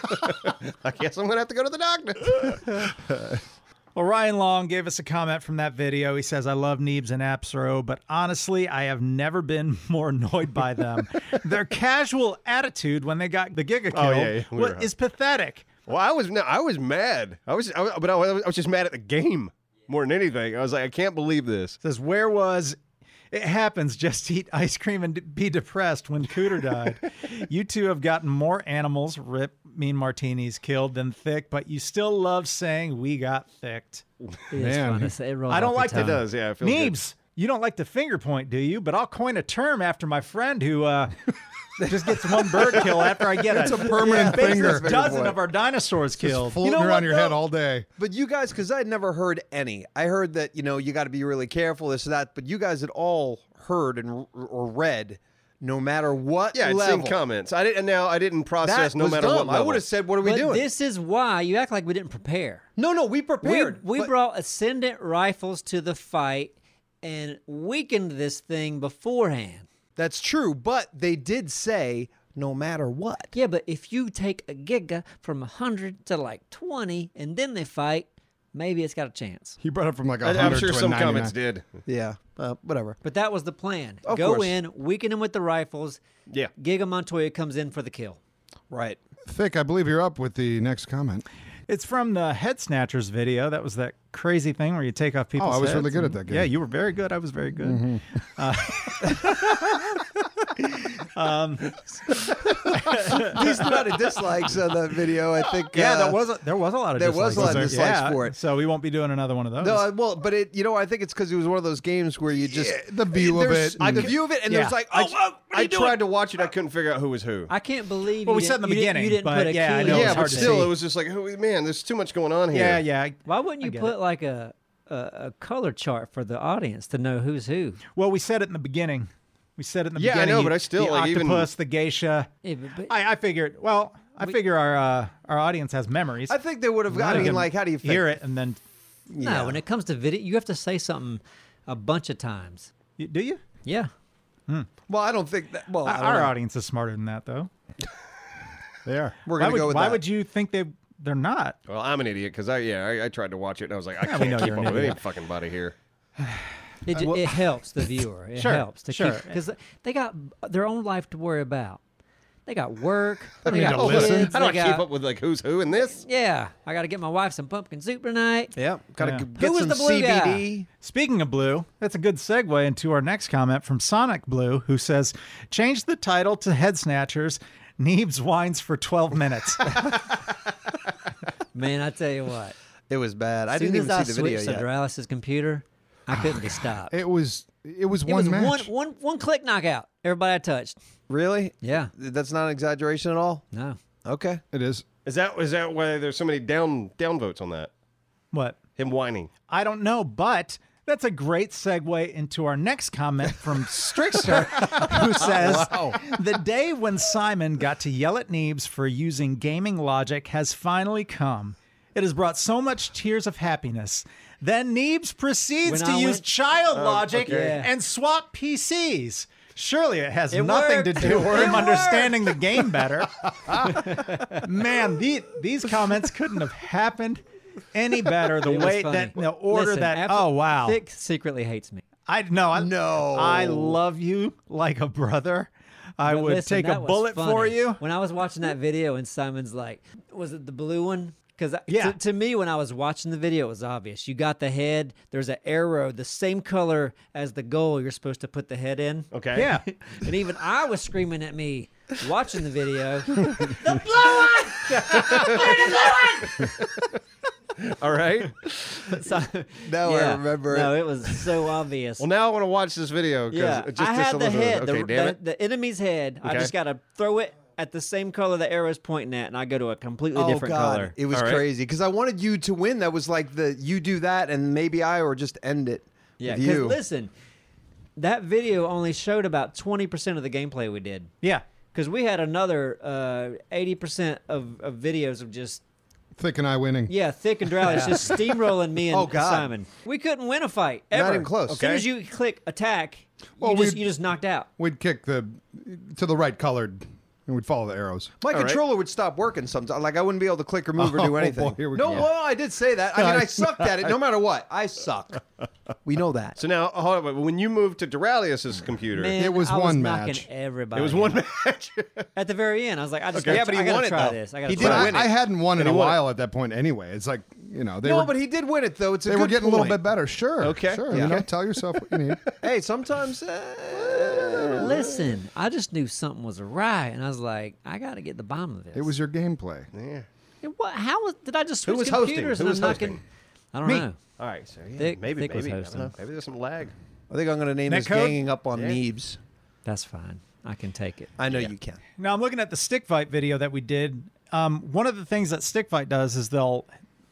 Speaker 5: I guess I'm going to have to go to the doctor.
Speaker 4: Well, Ryan Long gave us a comment from that video. He says, I love Neebs and Apsro, but honestly, I have never been more annoyed by them. Their casual attitude when they got the Giga killed
Speaker 5: Oh, yeah, yeah, we
Speaker 4: wa-
Speaker 5: were-
Speaker 4: is pathetic.
Speaker 5: Well, I was no, I was mad. I was, I was but I was, I was just mad at the game more than anything. I was like, I can't believe this.
Speaker 4: Says, where was it happens just eat ice cream and d- be depressed when Cooter died. you two have gotten more animals, rip mean martinis, killed than thick, but you still love saying we got thicked.
Speaker 2: It's
Speaker 3: Man.
Speaker 2: fun to say. It rolls
Speaker 4: I don't
Speaker 2: off
Speaker 4: like
Speaker 2: the
Speaker 4: the
Speaker 5: It
Speaker 2: tongue.
Speaker 5: does, yeah. I feel good.
Speaker 4: Neebs, you don't like the finger point, do you? But I'll coin a term after my friend who uh, Just gets one bird kill after I get
Speaker 3: It's
Speaker 4: it.
Speaker 3: a permanent
Speaker 4: There's
Speaker 3: finger.
Speaker 1: That's a
Speaker 4: dozen
Speaker 1: point.
Speaker 4: of our dinosaurs killed.
Speaker 3: floating
Speaker 1: know
Speaker 3: around
Speaker 1: what,
Speaker 3: your
Speaker 1: though?
Speaker 3: head all day.
Speaker 1: But you guys, because I'd never heard any. I heard that you know you got to be really careful, this that. But you guys had all heard and or read, no matter what
Speaker 5: Yeah, I'd
Speaker 1: level.
Speaker 5: seen comments. I didn't. Now I didn't
Speaker 1: That
Speaker 5: process. no
Speaker 1: was
Speaker 5: matter what
Speaker 1: dumb. I
Speaker 5: level.
Speaker 1: would have said, "What are
Speaker 2: But
Speaker 1: we doing?"
Speaker 2: this is why you act like we didn't prepare.
Speaker 1: no, no, we prepared.
Speaker 2: We, we
Speaker 1: but-
Speaker 2: brought ascendant rifles to the fight and weakened this thing beforehand.
Speaker 1: that's true, but they did say no matter what.
Speaker 2: Yeah, but if you take a giga from 100 to like 20 and then they fight, maybe it's got a chance.
Speaker 3: He brought it from like a
Speaker 5: I-
Speaker 3: hundred.
Speaker 5: I'm sure
Speaker 3: to a
Speaker 5: some
Speaker 3: 99.
Speaker 5: comments did.
Speaker 1: Yeah, uh, whatever.
Speaker 2: But that was the plan.
Speaker 1: Of
Speaker 2: Go
Speaker 1: course.
Speaker 2: in, weaken him with the rifles.
Speaker 5: Yeah.
Speaker 2: Giga Montoya comes in for the kill.
Speaker 1: Right.
Speaker 3: Thick, I believe you're up with the next comment.
Speaker 4: It's from the Head Snatchers video. That was that crazy thing where you take off people's
Speaker 3: I was
Speaker 4: heads
Speaker 3: really good at
Speaker 4: and-
Speaker 3: that game.
Speaker 4: Yeah, you were very good. I was very good.
Speaker 1: These amount of dislikes on that video, I think.
Speaker 4: Yeah,
Speaker 1: uh,
Speaker 4: there was a, there was a lot of
Speaker 1: there
Speaker 4: dislikes.
Speaker 1: was a lot of
Speaker 4: there?
Speaker 1: dislikes
Speaker 4: Yeah,
Speaker 1: for it.
Speaker 4: So we won't be doing another one of those.
Speaker 1: No, I- well, but it, you know, I think it's because it was one of those games where you just
Speaker 3: Yeah, the view of
Speaker 1: there's-
Speaker 3: it
Speaker 1: I- the
Speaker 3: and-
Speaker 1: view of it, and
Speaker 4: Yeah.
Speaker 1: there's like, oh, whoa, what are
Speaker 5: I
Speaker 1: you doing?
Speaker 5: tried to watch it. I couldn't figure out who was who.
Speaker 2: I can't believe
Speaker 4: Well,
Speaker 2: you
Speaker 4: we said in
Speaker 2: didn't-
Speaker 4: the
Speaker 2: you didn't-
Speaker 4: beginning,
Speaker 2: you didn't
Speaker 4: but
Speaker 2: put a
Speaker 4: yeah, I
Speaker 2: key
Speaker 4: know,
Speaker 2: in
Speaker 4: it's
Speaker 5: yeah,
Speaker 2: it.
Speaker 5: but
Speaker 4: hard to
Speaker 5: still,
Speaker 4: see.
Speaker 5: it was just like, oh, man, there's too much going on here.
Speaker 4: yeah, yeah.
Speaker 2: Why wouldn't you
Speaker 4: get
Speaker 2: put
Speaker 4: it.
Speaker 2: like a, a a color chart for the audience to know who's who?
Speaker 4: Well, we said it in the beginning. We said it in the
Speaker 5: Yeah, I
Speaker 4: beginning.
Speaker 5: know,
Speaker 4: You-
Speaker 5: but I still,
Speaker 4: the
Speaker 5: like, even-
Speaker 4: octopus, the geisha.
Speaker 2: Yeah, but- but-
Speaker 4: I, I figured. Well, I figure our uh, our audience has memories.
Speaker 1: I think they would have. I
Speaker 4: They
Speaker 1: mean,
Speaker 4: can
Speaker 1: like, how do you think?
Speaker 4: hear it and then
Speaker 2: No, when it comes to video, you have to say something a bunch of times.
Speaker 4: y- do you?
Speaker 2: Yeah.
Speaker 1: Well, I don't think that. Well, I don't
Speaker 4: our
Speaker 1: know.
Speaker 4: audience is smarter than that, though.
Speaker 3: There.
Speaker 1: we're
Speaker 4: why
Speaker 1: gonna
Speaker 4: would,
Speaker 1: go with
Speaker 4: why
Speaker 1: that.
Speaker 4: would you think they they're not?
Speaker 5: Well, I'm an idiot because I yeah I, I tried to watch it and I was like I
Speaker 4: we know
Speaker 5: can't keep
Speaker 4: you're an
Speaker 5: up with any
Speaker 4: idiot.
Speaker 5: fucking body here.
Speaker 2: It, ju- it helps the viewer. It
Speaker 4: Uh, Sure,
Speaker 2: helps to
Speaker 4: sure.
Speaker 2: because they got their own life to worry about. They got work. they
Speaker 4: need
Speaker 2: got
Speaker 4: to listen.
Speaker 2: kids,
Speaker 5: How do I
Speaker 2: they
Speaker 5: keep
Speaker 2: got-
Speaker 5: up with like who's who in this?
Speaker 2: Yeah, I got to get my wife some pumpkin soup tonight.
Speaker 1: Yeah, gotta
Speaker 4: Yeah.
Speaker 1: g- get
Speaker 2: Who was
Speaker 1: some
Speaker 2: the blue guy?
Speaker 1: CBD.
Speaker 4: Speaking of blue, that's a good segue into our next comment from Sonic Blue, who says, "Change the title to Head Snatchers." Neebs whines for 12 minutes.
Speaker 2: Man, I tell you what.
Speaker 1: It was bad. I
Speaker 2: As soon
Speaker 1: didn't
Speaker 2: as
Speaker 1: even
Speaker 2: I
Speaker 1: see the video
Speaker 2: switched to
Speaker 1: yet.
Speaker 2: Duralis's computer,
Speaker 4: Oh,
Speaker 2: I couldn't be stopped.
Speaker 3: It was. It was
Speaker 2: It
Speaker 3: one
Speaker 2: was one,
Speaker 3: match.
Speaker 2: one, one click knockout. Everybody I touched.
Speaker 1: Really?
Speaker 2: Yeah.
Speaker 1: That's not an exaggeration at all.
Speaker 2: No.
Speaker 1: Okay.
Speaker 3: It is.
Speaker 5: Is that is that why there's so many down down votes on that?
Speaker 4: what?
Speaker 5: Him whining.
Speaker 4: I don't know, but that's a great segue into our next comment from Strixter, who says The day when Simon got to yell at Neebs for using gaming logic has finally come. It has brought so much tears of happiness. Then Neebs proceeds
Speaker 2: When
Speaker 4: to
Speaker 2: I
Speaker 4: use
Speaker 2: went- Oh,
Speaker 4: child logic
Speaker 2: okay.
Speaker 4: and swap PCs. Surely it has nothing
Speaker 2: worked.
Speaker 4: to do with
Speaker 2: It
Speaker 4: him understanding the game better. Man, the, these comments couldn't have happened any better. The
Speaker 2: It was
Speaker 4: way
Speaker 2: funny.
Speaker 4: that the order
Speaker 2: Listen,
Speaker 4: that.
Speaker 2: abso-
Speaker 4: Oh wow!
Speaker 2: Thick secretly hates me.
Speaker 4: I no, I,
Speaker 1: No.
Speaker 4: I love you like a brother. I
Speaker 2: But
Speaker 4: would
Speaker 2: listen,
Speaker 4: take a
Speaker 2: that was
Speaker 4: bullet for
Speaker 2: funny.
Speaker 4: you.
Speaker 2: When I was watching that video, and Simon's like, "Was it the blue one?" Because
Speaker 4: Yeah.
Speaker 2: to, to me, when I was watching the video, it was obvious. You got the head. There's an arrow, the same color as the goal. You're supposed to put the head in.
Speaker 5: Okay.
Speaker 4: Yeah,
Speaker 2: And even I was screaming at me watching the video.
Speaker 5: All right.
Speaker 2: So-
Speaker 1: Now I
Speaker 2: yeah.
Speaker 1: remember
Speaker 2: No,
Speaker 1: it.
Speaker 2: it was so obvious.
Speaker 5: Well, now I want to watch this video because
Speaker 2: yeah,
Speaker 5: just
Speaker 2: I had
Speaker 5: to
Speaker 2: the
Speaker 5: someone who-
Speaker 2: head, the,
Speaker 5: Okay, damn
Speaker 2: the,
Speaker 5: it.
Speaker 2: the enemy's head. I
Speaker 5: Okay.
Speaker 2: just got to throw it at the same color the arrow's pointing at, and I go to a completely
Speaker 1: Oh
Speaker 2: different
Speaker 1: God,
Speaker 2: color.
Speaker 1: it was
Speaker 5: All right.
Speaker 1: crazy because I wanted you to win. That was like the you do that and maybe I or just end it.
Speaker 2: Yeah,
Speaker 1: with
Speaker 2: because
Speaker 1: you.
Speaker 2: listen, that video only showed about 20% of the gameplay we did.
Speaker 4: yeah.
Speaker 2: Because we had another uh, 80% of, of videos of just,
Speaker 3: Thick and I winning.
Speaker 2: yeah, Thick and Drought. It's just steamrolling me and
Speaker 1: Oh, God.
Speaker 2: Simon. We couldn't win a fight ever.
Speaker 1: Not even close.
Speaker 2: As soon
Speaker 5: Okay.
Speaker 2: as you click attack,
Speaker 3: Well,
Speaker 2: you, just,
Speaker 3: we-
Speaker 2: you just knocked out.
Speaker 3: We'd kick the to the right colored, and we'd follow the arrows.
Speaker 1: My
Speaker 5: right.
Speaker 1: controller would stop working sometimes. Like I wouldn't be able to click or move or
Speaker 3: Oh,
Speaker 1: do
Speaker 3: boy,
Speaker 1: anything.
Speaker 3: here we
Speaker 1: no,
Speaker 3: go.
Speaker 1: well, I did say that. I mean, I sucked at it. No matter what, I suck. We know that.
Speaker 5: So now, hold on, when you moved to Duralius's computer,
Speaker 2: Man,
Speaker 3: It was
Speaker 2: I
Speaker 3: one
Speaker 2: knocking
Speaker 3: match.
Speaker 2: Everybody.
Speaker 5: it was one match.
Speaker 2: At the very end, I was like, I just
Speaker 1: Okay.
Speaker 2: gotta,
Speaker 1: Yeah, but he
Speaker 2: I gotta
Speaker 1: won it,
Speaker 2: try
Speaker 1: though.
Speaker 2: this. I gotta
Speaker 1: He
Speaker 2: try
Speaker 1: did
Speaker 2: this.
Speaker 1: win it.
Speaker 3: I, I hadn't won in
Speaker 5: he
Speaker 3: a
Speaker 5: won it.
Speaker 3: while at that point anyway. It's like you know they
Speaker 1: no,
Speaker 3: were
Speaker 1: but he did win it though. It's a
Speaker 3: they
Speaker 1: good
Speaker 3: were getting a little
Speaker 1: point.
Speaker 3: bit better. Sure.
Speaker 5: Okay.
Speaker 3: Sure.
Speaker 1: Yeah.
Speaker 3: You know, tell yourself what you need.
Speaker 1: Hey, sometimes uh,
Speaker 2: Listen, I just knew something was awry, and I was like, I gotta get the bottom of this.
Speaker 3: It was your gameplay.
Speaker 5: yeah.
Speaker 2: It, what? How was? Did I just switch
Speaker 5: was hosting?
Speaker 2: computers?
Speaker 5: Who
Speaker 2: and
Speaker 5: was
Speaker 2: I'm
Speaker 5: hosting?
Speaker 2: Not gonna, I don't know.
Speaker 5: All right. So yeah,
Speaker 2: Thick-
Speaker 5: maybe
Speaker 2: Thick was
Speaker 5: maybe I don't
Speaker 2: hosting.
Speaker 5: know. maybe there's some lag.
Speaker 1: I think I'm going to name
Speaker 4: Net
Speaker 1: this
Speaker 4: code?
Speaker 1: ganging up on
Speaker 5: Yeah.
Speaker 1: Neebs.
Speaker 2: That's fine. I can take it.
Speaker 1: I know you can.
Speaker 4: Now I'm looking at the stick fight video that we did. Um, one of the things that stick fight does is they'll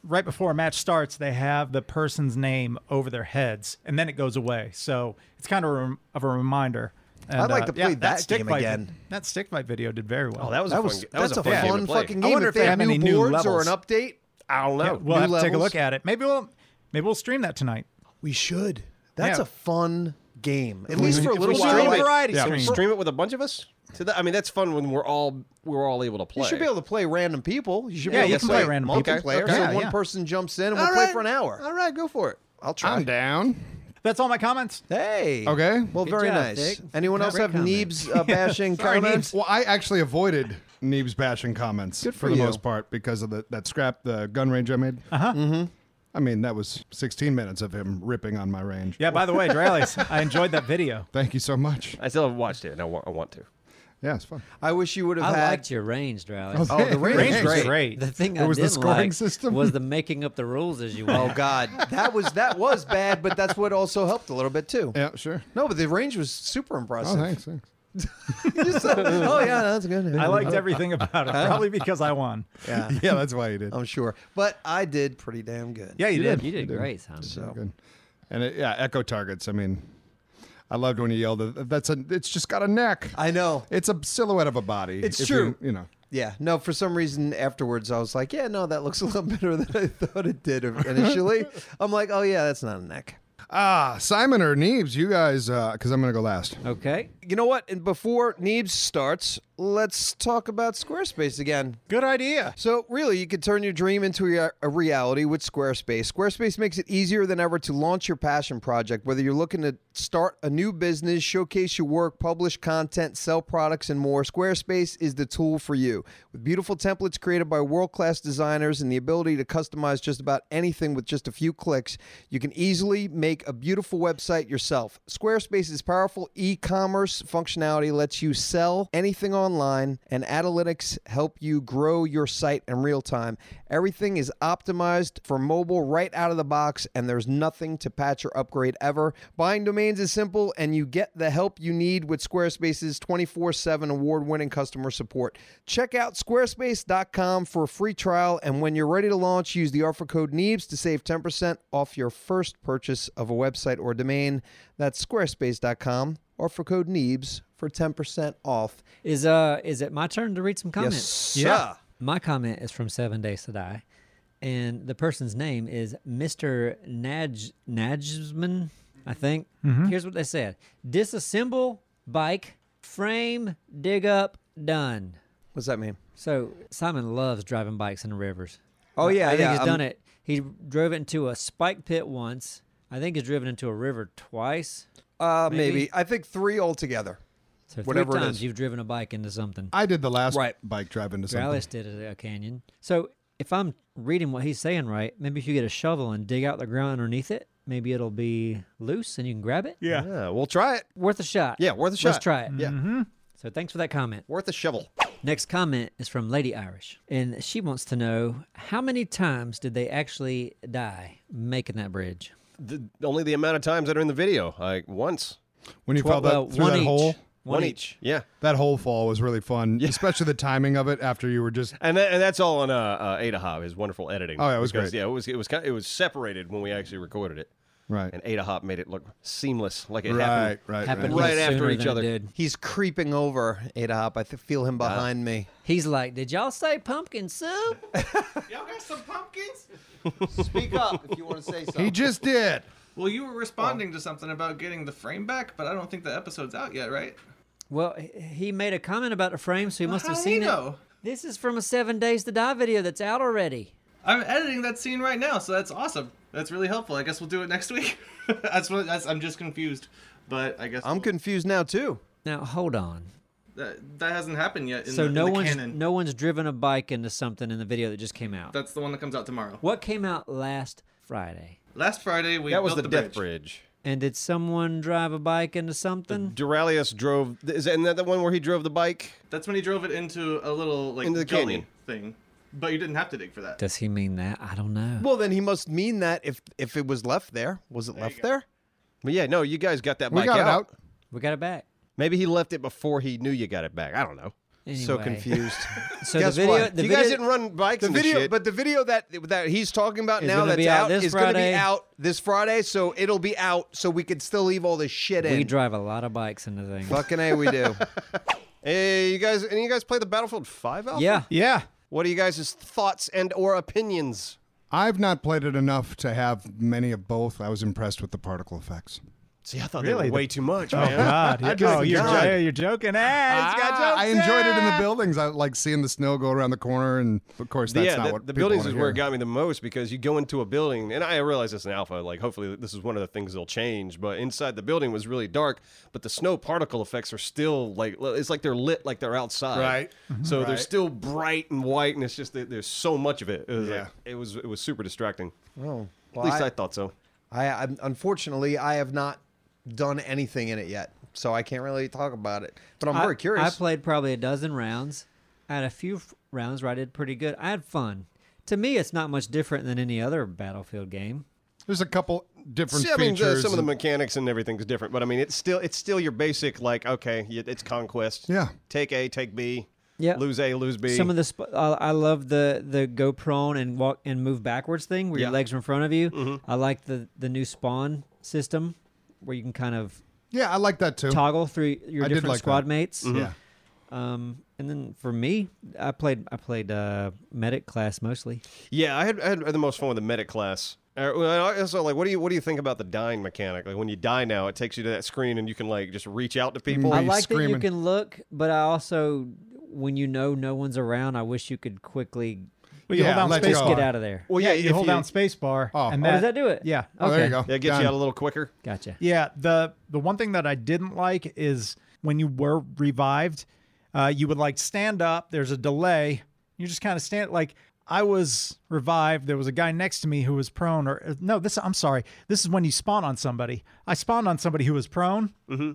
Speaker 4: right before a match starts, they have the person's name over their heads, and then it goes away. So it's kind of a, rem- of a reminder. And, uh,
Speaker 1: I'd like to play that
Speaker 4: stick
Speaker 1: game
Speaker 4: fight
Speaker 1: again.
Speaker 4: did- that stick fight video did very well.
Speaker 5: Oh, that was a
Speaker 1: That
Speaker 5: fun
Speaker 1: was
Speaker 5: ga- that was
Speaker 1: that's
Speaker 5: a fun, game to
Speaker 1: fun
Speaker 5: play.
Speaker 1: fucking game.
Speaker 4: wonder
Speaker 1: if,
Speaker 4: if
Speaker 1: they
Speaker 4: they
Speaker 1: have
Speaker 4: have
Speaker 1: new
Speaker 4: any new
Speaker 1: boards or an
Speaker 4: levels.
Speaker 1: update, I don't know.
Speaker 4: we'll
Speaker 1: Oh, New
Speaker 4: have to take a
Speaker 1: levels?
Speaker 4: look at it. Maybe we'll maybe we'll stream that tonight.
Speaker 1: We should. That's
Speaker 4: Yeah.
Speaker 1: a fun game. At least for a
Speaker 4: if
Speaker 1: little
Speaker 4: we
Speaker 1: while.
Speaker 4: stream
Speaker 1: Like,
Speaker 4: it, variety
Speaker 5: Can we
Speaker 4: stream.
Speaker 5: stream it with a bunch of us. So that, I mean, that's fun when we're all we're all able to play.
Speaker 1: You should be able to play random people. You should
Speaker 4: Yeah,
Speaker 1: be
Speaker 4: you
Speaker 1: able to
Speaker 4: can play random people.
Speaker 1: multiplayer.
Speaker 4: Okay.
Speaker 1: So
Speaker 4: Yeah,
Speaker 1: one
Speaker 4: yeah.
Speaker 1: person jumps in and
Speaker 5: All
Speaker 1: we'll play
Speaker 5: right.
Speaker 1: for an hour.
Speaker 5: All right, go for it.
Speaker 1: I'll try.
Speaker 3: I'm down.
Speaker 4: That's all my comments.
Speaker 1: Hey.
Speaker 3: Okay.
Speaker 1: Well, very
Speaker 2: job,
Speaker 1: nice.
Speaker 2: Dick.
Speaker 1: Anyone else
Speaker 2: Great
Speaker 1: have
Speaker 2: comment.
Speaker 1: Neebs uh, bashing
Speaker 4: Sorry,
Speaker 1: comments?
Speaker 3: Well, I actually avoided Neeb's bashing comments
Speaker 1: Good for
Speaker 3: the
Speaker 1: you. Uh-huh.
Speaker 3: most part because of the, that scrap, the gun range I made. Uh huh. Mm-hmm. I mean, that was 16 minutes of him ripping on my range.
Speaker 4: Yeah. By the way, Drallies, I enjoyed that video.
Speaker 3: Thank you so much.
Speaker 5: I still haven't watched it, and I want, I want to.
Speaker 3: Yeah, it's fun.
Speaker 1: I wish you would have
Speaker 2: I
Speaker 1: had.
Speaker 2: liked your range, Drowley.
Speaker 1: Oh, the range
Speaker 4: Range
Speaker 1: is
Speaker 4: was
Speaker 1: great.
Speaker 4: great.
Speaker 2: The thing
Speaker 3: What
Speaker 2: I
Speaker 3: was the
Speaker 2: didn't
Speaker 3: scoring
Speaker 2: like
Speaker 3: system?
Speaker 2: was the making up the rules as you went.
Speaker 1: Oh God, that was that was bad, but that's what also helped a little bit too.
Speaker 3: Yeah, sure.
Speaker 1: No, but the range was super
Speaker 3: Oh,
Speaker 1: impressive.
Speaker 3: thanks. thanks.
Speaker 1: You said- oh yeah, that's good.
Speaker 4: I liked everything about it, probably because I won.
Speaker 1: Yeah,
Speaker 3: Yeah, that's why you did.
Speaker 1: I'm sure. But I did pretty damn good.
Speaker 4: Yeah, you, did.
Speaker 2: You did great, son.
Speaker 1: So
Speaker 3: Good. And it, yeah, echo targets. I mean, I loved when you yelled. that- That's a. It's just got a neck.
Speaker 1: I know.
Speaker 3: It's a silhouette of a body.
Speaker 1: It's
Speaker 3: if
Speaker 1: true.
Speaker 3: You, you know.
Speaker 1: Yeah. No, for some reason afterwards I was like, yeah, no, that looks a little better than I thought it did initially. I'm like, oh yeah, that's not a neck.
Speaker 3: Ah, Simon or Neebs, you guys, because I'm gonna go last.
Speaker 2: Okay.
Speaker 1: You know what? And before Neebs starts, let's talk about Squarespace again.
Speaker 4: Good idea.
Speaker 1: So, really, you could turn your dream into a- a reality with Squarespace. Squarespace makes it easier than ever to launch your passion project, whether you're looking to start a new business, showcase your work, publish content, sell products, and more. Squarespace is the tool for you. With beautiful templates created by world class designers and the ability to customize just about anything with just a few clicks, you can easily make a beautiful website yourself. Squarespace's powerful e commerce functionality lets you sell anything online, and analytics help you grow your site in real time. Everything is optimized for mobile right out of the box, and there's nothing to patch or upgrade ever. Buying domains is simple, and you get the help you need with Squarespace's 24 7 award winning customer support. Check out squarespace.com for a free trial, and when you're ready to launch, use the offer code E NEEBS to save 10% off your first purchase of a website or domain. That's squarespace.com, offer code E NEEBS for 10% off.
Speaker 2: Is uh is it my turn to read some comments?
Speaker 1: Yeah.
Speaker 2: My comment is from Seven Days to Die, and the person's name is Mr. Naj Najman, I think.
Speaker 1: Mm-hmm.
Speaker 2: Here's what they said: disassemble bike, frame, dig up, done.
Speaker 1: What's that mean?
Speaker 2: So Simon loves driving bikes in the rivers.
Speaker 1: Oh, yeah,
Speaker 2: I think
Speaker 1: yeah,
Speaker 2: he's
Speaker 1: I'm-
Speaker 2: done it. He drove it into a spike pit once. I think he's driven into a river twice.
Speaker 1: Uh, maybe.
Speaker 2: Maybe.
Speaker 1: I think three altogether.
Speaker 2: So three
Speaker 1: Whatever it
Speaker 2: times
Speaker 1: is.
Speaker 2: you've driven a bike into something.
Speaker 3: I did the last
Speaker 1: Right.
Speaker 3: bike drive into something.
Speaker 2: Dallas did it at a canyon. So if I'm reading what he's saying right, maybe if you get a shovel and dig out the ground underneath it, maybe it'll be loose and you can grab it.
Speaker 4: Yeah.
Speaker 5: Yeah, we'll try it.
Speaker 2: Worth a shot.
Speaker 5: Yeah, worth a shot.
Speaker 2: Let's try it.
Speaker 5: Yeah.
Speaker 3: Mm-hmm.
Speaker 2: So thanks for that comment.
Speaker 5: Worth a shovel.
Speaker 2: Next comment is from Lady Irish, and she wants to know how many times did they actually die making that bridge?
Speaker 5: The, only the amount of times that are in the video. Like once.
Speaker 3: When you fell
Speaker 2: Twelve- well,
Speaker 3: that, through
Speaker 2: one
Speaker 3: that
Speaker 2: each.
Speaker 3: hole,
Speaker 2: One, each.
Speaker 5: Yeah.
Speaker 3: that whole fall was really fun, especially the timing of it after you were just.
Speaker 5: And, that, and that's all on uh, uh, Adahop, his wonderful editing.
Speaker 3: Oh, yeah, it was
Speaker 5: Because,
Speaker 3: great.
Speaker 5: Yeah, it was it was kind it was separated when we actually recorded it,
Speaker 3: Right.
Speaker 5: and Adahop made it look seamless, like it
Speaker 3: right,
Speaker 5: happened.
Speaker 3: right, right.
Speaker 2: Happened
Speaker 5: Right
Speaker 2: way
Speaker 5: after
Speaker 2: sooner
Speaker 5: each
Speaker 2: than it
Speaker 5: other.
Speaker 2: did.
Speaker 1: He's creeping over Ada Hop. I th- feel him behind me.
Speaker 2: He's like, "Did y'all say pumpkin soup?"
Speaker 6: Y'all got some pumpkins?
Speaker 1: Speak up if you want to say something.
Speaker 3: He just did.
Speaker 6: Well, you were responding to something about getting the frame back, but I don't think the episode's out yet, right?
Speaker 2: Well, h- he made a comment about the frame, so he must
Speaker 6: How
Speaker 2: have
Speaker 6: do
Speaker 2: seen
Speaker 6: you
Speaker 2: it.
Speaker 6: know?
Speaker 2: This is from a Seven Days to Die video that's out already.
Speaker 6: I'm editing that scene right now, so that's awesome. That's really helpful. I guess we'll do it next week. that's what. That's, I'm just confused, but I guess
Speaker 1: I'm confused now too.
Speaker 2: Now hold on.
Speaker 6: that, that hasn't happened yet. In
Speaker 2: So
Speaker 6: the,
Speaker 2: no
Speaker 6: in the
Speaker 2: one's
Speaker 6: canon.
Speaker 2: no one's driven a bike into something in the video that just came out.
Speaker 6: That's the one that comes out tomorrow.
Speaker 2: what came out last Friday?
Speaker 6: Last Friday we
Speaker 5: That was the,
Speaker 6: built
Speaker 5: death bridge.
Speaker 2: And did someone drive a bike into something?
Speaker 5: Duralius drove. Is that, isn't that the one where he drove the bike?
Speaker 6: That's when he drove it into a little like
Speaker 5: Into the
Speaker 6: gully
Speaker 5: canyon.
Speaker 6: thing, but you didn't have to dig for that.
Speaker 2: Does he mean that? I don't know.
Speaker 1: Well, then he must mean that if if it was left there, oh, was it left there?
Speaker 5: But yeah, no, you guys got that
Speaker 3: We
Speaker 5: bike
Speaker 3: got it out.
Speaker 2: we got it back.
Speaker 5: Maybe he left it before he knew you got it back. I don't know.
Speaker 1: So
Speaker 2: Anyway,
Speaker 1: confused.
Speaker 2: So
Speaker 1: Guess
Speaker 2: the video,
Speaker 1: what?
Speaker 2: the
Speaker 5: you
Speaker 2: video,
Speaker 5: guys didn't run bikes
Speaker 1: The
Speaker 5: and this
Speaker 1: video,
Speaker 5: shit.
Speaker 1: but the video that that he's talking about
Speaker 2: Is
Speaker 1: now
Speaker 2: gonna
Speaker 1: that's
Speaker 2: be out
Speaker 1: out
Speaker 2: this
Speaker 1: is going to be
Speaker 2: Friday.
Speaker 1: out this Friday, so it'll be out, so we can still leave all this shit in.
Speaker 2: we drive a lot of bikes into things.
Speaker 1: Fucking a, we do.
Speaker 5: hey, you guys, any of you guys play the Battlefield 5 album?
Speaker 2: Yeah.
Speaker 4: Yeah.
Speaker 5: What are you guys' thoughts and or opinions?
Speaker 3: I've not played it enough to have many of both. I was impressed with the particle effects.
Speaker 5: See, I thought
Speaker 4: Really?
Speaker 5: they were way too much,
Speaker 4: Oh
Speaker 5: man.
Speaker 4: God.
Speaker 5: I
Speaker 4: oh,
Speaker 5: just-
Speaker 4: you're,
Speaker 5: God.
Speaker 4: jo- you're joking. Ah, it's got
Speaker 3: Ah,
Speaker 4: jokes.
Speaker 3: I enjoyed it in the buildings. I like seeing the snow go around the corner, and of course, that's
Speaker 5: yeah,
Speaker 3: not
Speaker 5: the,
Speaker 3: what
Speaker 5: the
Speaker 3: people
Speaker 5: buildings
Speaker 3: wanna
Speaker 5: is where it
Speaker 3: hear.
Speaker 5: got me the most because you go into a building, and I realize it's an alpha. Like, hopefully, this is one of the things they'll change. But inside the building was really dark, but the snow particle effects are still like it's like they're lit like they're outside, Mm-hmm.
Speaker 3: Right.
Speaker 5: So they're still bright and white, and it's just that there's so much of it. It was, like-
Speaker 3: Yeah.
Speaker 5: it was it was super distracting.
Speaker 1: Oh,
Speaker 5: At least I,
Speaker 1: I,
Speaker 5: thought so.
Speaker 1: I, I unfortunately I have not done anything in it yet, so I can't really talk about it. But I'm
Speaker 2: I-
Speaker 1: very curious.
Speaker 2: I played probably a dozen rounds. I had a few f- rounds where I did pretty good. I had fun. To me, it's not much different than any other Battlefield game.
Speaker 3: There's a couple different
Speaker 5: See, I mean,
Speaker 3: features.
Speaker 5: the, some of the
Speaker 3: and-
Speaker 5: mechanics and everything's different, but I mean, it's still it's still your basic like okay, y- it's conquest.
Speaker 3: Yeah.
Speaker 5: take A, take B.
Speaker 2: Yeah.
Speaker 5: lose A, lose B.
Speaker 2: Some of the sp- I I love the the go prone and walk and move backwards thing where
Speaker 5: Yeah.
Speaker 2: your legs are in front of you.
Speaker 3: Mm-hmm.
Speaker 2: I like the the new spawn system where you can kind of
Speaker 3: yeah, I like that too.
Speaker 2: toggle through your
Speaker 3: I did
Speaker 2: different
Speaker 3: like
Speaker 2: squad
Speaker 3: that. Mm-hmm.
Speaker 2: mates.
Speaker 3: Yeah.
Speaker 2: Um, and then for me, I played I played uh, medic class mostly.
Speaker 5: Yeah, I had, I had the most fun with the medic class. Uh, well, I Also, like, what do you what do you think about the dying mechanic? Like, when you die now, it takes you to that screen, and you can like just reach out to people.
Speaker 3: Were
Speaker 2: Mm, I
Speaker 3: you
Speaker 2: like
Speaker 3: screaming?
Speaker 2: that you can look, but I also when you know no one's around, I wish you could quickly
Speaker 4: Well, you
Speaker 3: Yeah,
Speaker 4: hold down
Speaker 3: let's
Speaker 4: space
Speaker 3: go.
Speaker 4: bar.
Speaker 2: get out of there.
Speaker 5: Well,
Speaker 4: Yeah, you hold down space bar.
Speaker 3: Oh.
Speaker 4: and
Speaker 3: Oh,
Speaker 2: Oh,
Speaker 4: that,
Speaker 2: does that do it?
Speaker 4: Yeah.
Speaker 3: Oh, there you go.
Speaker 5: Yeah, it gets
Speaker 3: Done.
Speaker 5: you out a little quicker.
Speaker 2: Gotcha.
Speaker 4: Yeah, the the one thing that I didn't like is when you were revived, uh, you would like stand up. There's a delay. You just kind of stand like I was revived. There was a guy next to me who was prone, or uh, no, this I'm sorry. This is when you spawn on somebody. I spawned on somebody who was prone. Mm-hmm.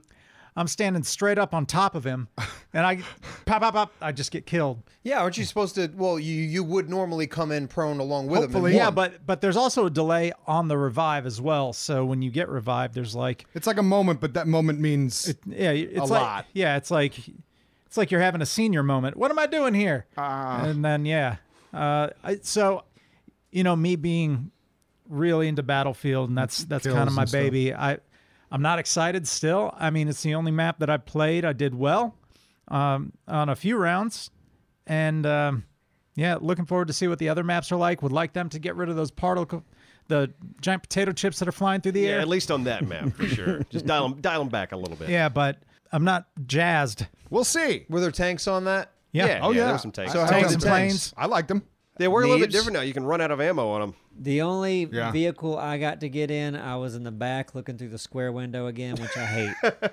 Speaker 4: I'm standing straight up on top of him, and I pop pop pop. I just get killed.
Speaker 1: yeah, aren't you supposed to? Well, you you would normally come in prone along with him.
Speaker 4: Hopefully, yeah, but but there's also a delay on the revive as well. So when you get revived, there's like
Speaker 3: It's like a moment, but that moment means
Speaker 4: Yeah, it's
Speaker 3: A
Speaker 4: like,
Speaker 3: lot.
Speaker 4: Yeah, it's like it's like you're having a senior moment. What am I doing here?
Speaker 5: Ah.
Speaker 4: and then yeah, uh, I, so you know me being really into Battlefield, and that's that's
Speaker 3: Kills
Speaker 4: kind of my
Speaker 3: and stuff.
Speaker 4: baby. I I'm not excited still. I mean, it's the only map that I played. I did well um, on a few rounds, and um, yeah, looking forward to see what the other maps are like. Would like them to get rid of those particle, the giant potato chips that are flying through the
Speaker 5: Yeah,
Speaker 4: air.
Speaker 5: at least on that map for sure. just dial them dial 'em back a little bit.
Speaker 4: yeah, but I'm not jazzed.
Speaker 3: we'll see.
Speaker 1: were there tanks on that?
Speaker 5: yeah.
Speaker 3: Oh yeah,
Speaker 5: There's some tanks.
Speaker 3: So how
Speaker 4: Tanks
Speaker 3: was
Speaker 4: and
Speaker 3: the
Speaker 4: planes.
Speaker 3: planes? I liked them.
Speaker 5: they were a little bit
Speaker 2: Neebs.
Speaker 5: different now. You can run out of ammo on them.
Speaker 2: The only
Speaker 3: Yeah.
Speaker 2: vehicle I got to get in, I was in the back looking through the square window again, which I hate.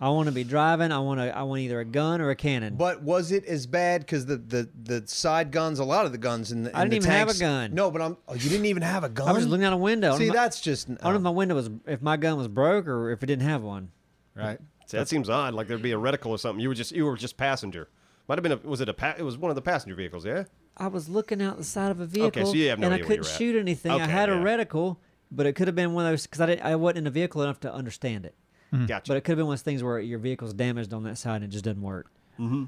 Speaker 2: I want to be driving. I want to. I want either a gun or a cannon.
Speaker 1: But was it as bad? Because the, the the side guns, a lot of the guns in the in
Speaker 2: I didn't
Speaker 1: the
Speaker 2: even have a
Speaker 1: tanks-
Speaker 2: gun.
Speaker 1: No, but I'm. Oh, you didn't even have a gun.
Speaker 2: I was just looking out a window.
Speaker 1: See,
Speaker 2: I don't know-
Speaker 1: that's just.
Speaker 2: I don't know if my window was if my gun was broke or if it didn't have one.
Speaker 3: Right.
Speaker 5: See, that seems odd. Like there'd be a reticle or something. You were just you were just passenger. Might have been a, was it a pa- it was one of the passenger vehicles. Yeah.
Speaker 2: I was looking out the side of a vehicle,
Speaker 5: so you have no
Speaker 2: and I
Speaker 5: idea where
Speaker 2: couldn't
Speaker 5: you're at.
Speaker 2: shoot anything. I
Speaker 5: Okay,
Speaker 2: had a
Speaker 5: yeah.
Speaker 2: reticle, but it could have been one of those because I didn't, I wasn't in a vehicle enough to understand it.
Speaker 5: Gotcha.
Speaker 2: But it could have been one of those things where your vehicle's damaged on that side and it just doesn't work.
Speaker 1: All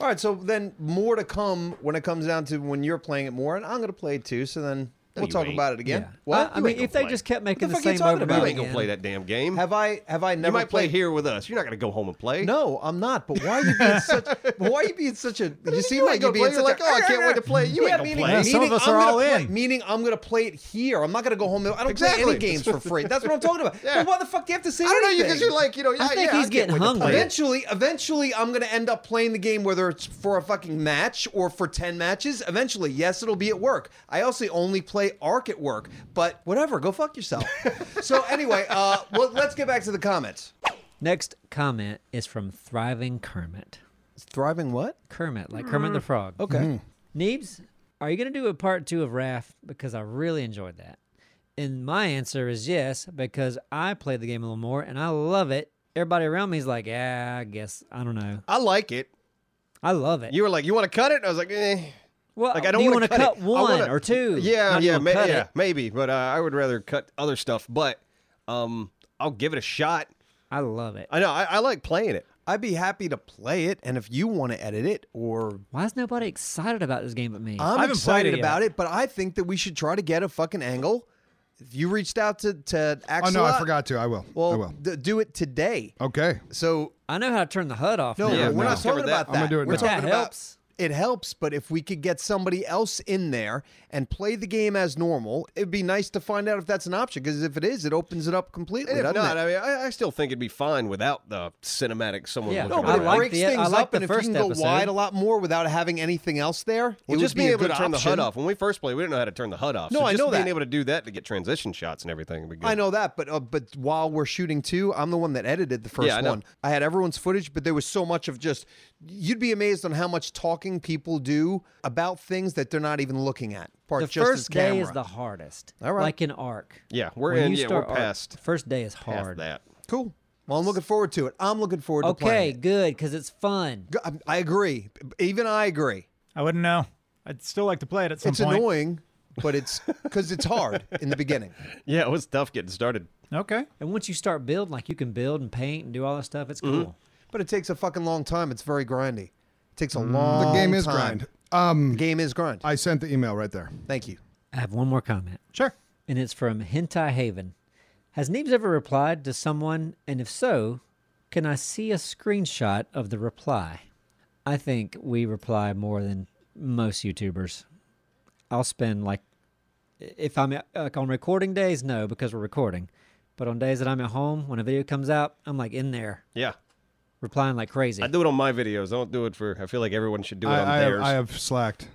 Speaker 1: right, so then more to come when it comes down to when you're playing it more, and I'm going to play it too. So then we'll
Speaker 5: you
Speaker 1: talk
Speaker 5: ain't.
Speaker 1: about it again.
Speaker 2: I-
Speaker 1: What?
Speaker 2: I,
Speaker 5: You ain't
Speaker 2: mean, if
Speaker 5: gonna
Speaker 2: they
Speaker 5: play.
Speaker 2: just kept making
Speaker 1: the
Speaker 2: the,
Speaker 1: fuck you
Speaker 2: same
Speaker 1: talking
Speaker 2: over and
Speaker 1: about?
Speaker 5: you
Speaker 2: over
Speaker 5: ain't gonna
Speaker 2: again,
Speaker 5: play that damn game.
Speaker 1: have I have I
Speaker 5: you
Speaker 1: never
Speaker 5: might play
Speaker 1: played
Speaker 5: here with us. You're not gonna go home and play.
Speaker 1: No, I'm not. But why are you being such? Why are you being such a? You seem like you're being
Speaker 5: You're
Speaker 1: such
Speaker 5: like,
Speaker 1: a,
Speaker 5: oh, I can't wait to play. You
Speaker 1: yeah,
Speaker 5: ain't gonna
Speaker 1: meaning,
Speaker 5: play.
Speaker 4: Yeah, some
Speaker 1: meaning
Speaker 4: of us
Speaker 1: I'm
Speaker 4: are
Speaker 1: gonna
Speaker 4: all
Speaker 1: play-
Speaker 4: in.
Speaker 1: Meaning I'm going to play it here. I'm not going to go home. and- I don't play
Speaker 5: Exactly.
Speaker 1: any games for free. That's what I'm talking about.
Speaker 5: Yeah.
Speaker 1: But why the fuck do you have to say
Speaker 5: I don't know
Speaker 1: anything?
Speaker 5: because you're like, you know,
Speaker 2: I
Speaker 5: yeah,
Speaker 2: think
Speaker 5: yeah,
Speaker 2: he's
Speaker 5: I
Speaker 2: getting
Speaker 5: can't wait to
Speaker 2: hungry.
Speaker 5: play it.
Speaker 1: Eventually, eventually, I'm going to end up playing the game, whether it's for a fucking match or for ten matches. Eventually, yes, it'll be at work. I also only play Arc at work, but whatever. Go fuck yourself. so anyway, uh, well, let's get back to the comments.
Speaker 2: Next comment is from Thriving Kermit.
Speaker 1: Thriving what?
Speaker 2: Kermit, like Kermit
Speaker 5: Mm.
Speaker 2: the Frog.
Speaker 1: Okay.
Speaker 5: Mm-hmm.
Speaker 2: Neebs, are you going to do a part two of Raph? Because I really enjoyed that. And my answer is yes, because I played the game a little more and I love it. Everybody around me is like, yeah, I guess. I don't know.
Speaker 5: I like it.
Speaker 2: I love it.
Speaker 5: You were like, you want to cut it? I was like, eh.
Speaker 2: well,
Speaker 5: Like I don't
Speaker 2: do you
Speaker 5: want to
Speaker 2: cut,
Speaker 5: it. I
Speaker 2: one
Speaker 5: wanna-
Speaker 2: or two?
Speaker 5: Yeah,
Speaker 2: Not
Speaker 5: yeah,
Speaker 2: even
Speaker 5: ma-
Speaker 2: cut
Speaker 5: yeah,
Speaker 2: it.
Speaker 5: maybe. But uh, I would rather cut other stuff. But um, I'll give it a shot.
Speaker 2: I love it.
Speaker 5: I know I, I like playing it.
Speaker 1: I'd be happy to play it, and if you want to edit it, or
Speaker 2: Why is nobody excited about this game but me?
Speaker 1: I'm
Speaker 4: I haven't played
Speaker 1: excited
Speaker 4: it
Speaker 1: about it, but I think that we should try to get a fucking angle. If you reached out to to
Speaker 3: Oh
Speaker 1: Axel,
Speaker 3: no, I forgot to. I will. I
Speaker 1: Well,
Speaker 3: will.
Speaker 1: d- do it today.
Speaker 3: Okay.
Speaker 1: So
Speaker 2: I know how to turn the HUD off.
Speaker 1: no,
Speaker 2: now.
Speaker 5: Yeah,
Speaker 1: we're
Speaker 5: no.
Speaker 1: not talking
Speaker 5: Discovered
Speaker 1: about
Speaker 5: that.
Speaker 1: that.
Speaker 3: I'm gonna do it
Speaker 1: We're
Speaker 2: But
Speaker 3: now.
Speaker 2: that
Speaker 1: talking about-
Speaker 2: helps.
Speaker 1: It helps, but if we could get somebody else in there and play the game as normal, it'd be nice to find out if that's an option. Because if it is, it opens it up completely.
Speaker 5: And if
Speaker 1: doesn't
Speaker 5: not,
Speaker 1: it?
Speaker 5: I mean, I, I still think it'd be fine without the cinematic someone
Speaker 2: Yeah.
Speaker 5: looking
Speaker 2: No, but
Speaker 5: around.
Speaker 2: I like
Speaker 1: breaks
Speaker 2: the- I
Speaker 1: things
Speaker 2: like
Speaker 1: up,
Speaker 2: the
Speaker 1: and
Speaker 2: first
Speaker 1: if you can
Speaker 2: episode.
Speaker 1: go wide a lot more without having anything else there,
Speaker 5: Well,
Speaker 1: it
Speaker 5: just
Speaker 1: would be
Speaker 5: being
Speaker 1: a
Speaker 5: able to
Speaker 1: good
Speaker 5: turn the
Speaker 1: option.
Speaker 5: HUD off. When we first played, we didn't know how to turn the HUD off.
Speaker 1: No,
Speaker 5: so
Speaker 1: I
Speaker 5: just
Speaker 1: know
Speaker 5: being
Speaker 1: that.
Speaker 5: able to do that to get transition shots and everything would be good.
Speaker 1: I know that, but uh, but while we're shooting two, I'm the one that edited the first
Speaker 5: Yeah, I know.
Speaker 1: one. I had everyone's footage, but there was so much of just you'd be amazed on how much talking people do about things that they're not even looking at. Part
Speaker 2: The
Speaker 1: just as
Speaker 2: first day is
Speaker 1: camera.
Speaker 2: the hardest.
Speaker 1: All right.
Speaker 2: Like in Arc.
Speaker 5: Yeah, we're
Speaker 2: When
Speaker 5: in.
Speaker 2: you
Speaker 5: Yeah, we're
Speaker 2: start Arc,
Speaker 5: past,
Speaker 2: the first day is
Speaker 5: past
Speaker 2: hard.
Speaker 5: that.
Speaker 1: cool. Well, I'm looking forward to it. I'm looking forward to
Speaker 2: Okay,
Speaker 1: playing. it.
Speaker 2: good, because it's fun.
Speaker 1: G- I- I agree. Even I agree.
Speaker 4: I wouldn't know. I'd still like to play it at some
Speaker 1: It's
Speaker 4: point.
Speaker 1: annoying, but it's because it's hard in the beginning.
Speaker 5: Yeah, it was tough getting started.
Speaker 4: Okay.
Speaker 2: And once you start building, like you can build and paint and do all that stuff, it's
Speaker 5: Mm-hmm.
Speaker 2: cool.
Speaker 1: But it takes a fucking long time. It's very grindy. It takes a long time.
Speaker 3: The game is grind. Um,
Speaker 1: The game is grind.
Speaker 3: I sent the email right there.
Speaker 1: Thank you.
Speaker 2: I have one more comment.
Speaker 4: Sure.
Speaker 2: and it's from Hentai Haven. Has Neebs ever replied to someone? And if so, can I see a screenshot of the reply? I think we reply more than most YouTubers. I'll spend like, if I'm at, like on recording days, no, because we're recording. But on days that I'm at home, when a video comes out, I'm like in there
Speaker 5: Yeah,
Speaker 2: replying like crazy.
Speaker 5: I
Speaker 2: I do,
Speaker 5: do it on my videos. I don't do it for. I feel like everyone should do it on
Speaker 3: I, I, have,
Speaker 5: theirs.
Speaker 3: I have slacked.
Speaker 1: I-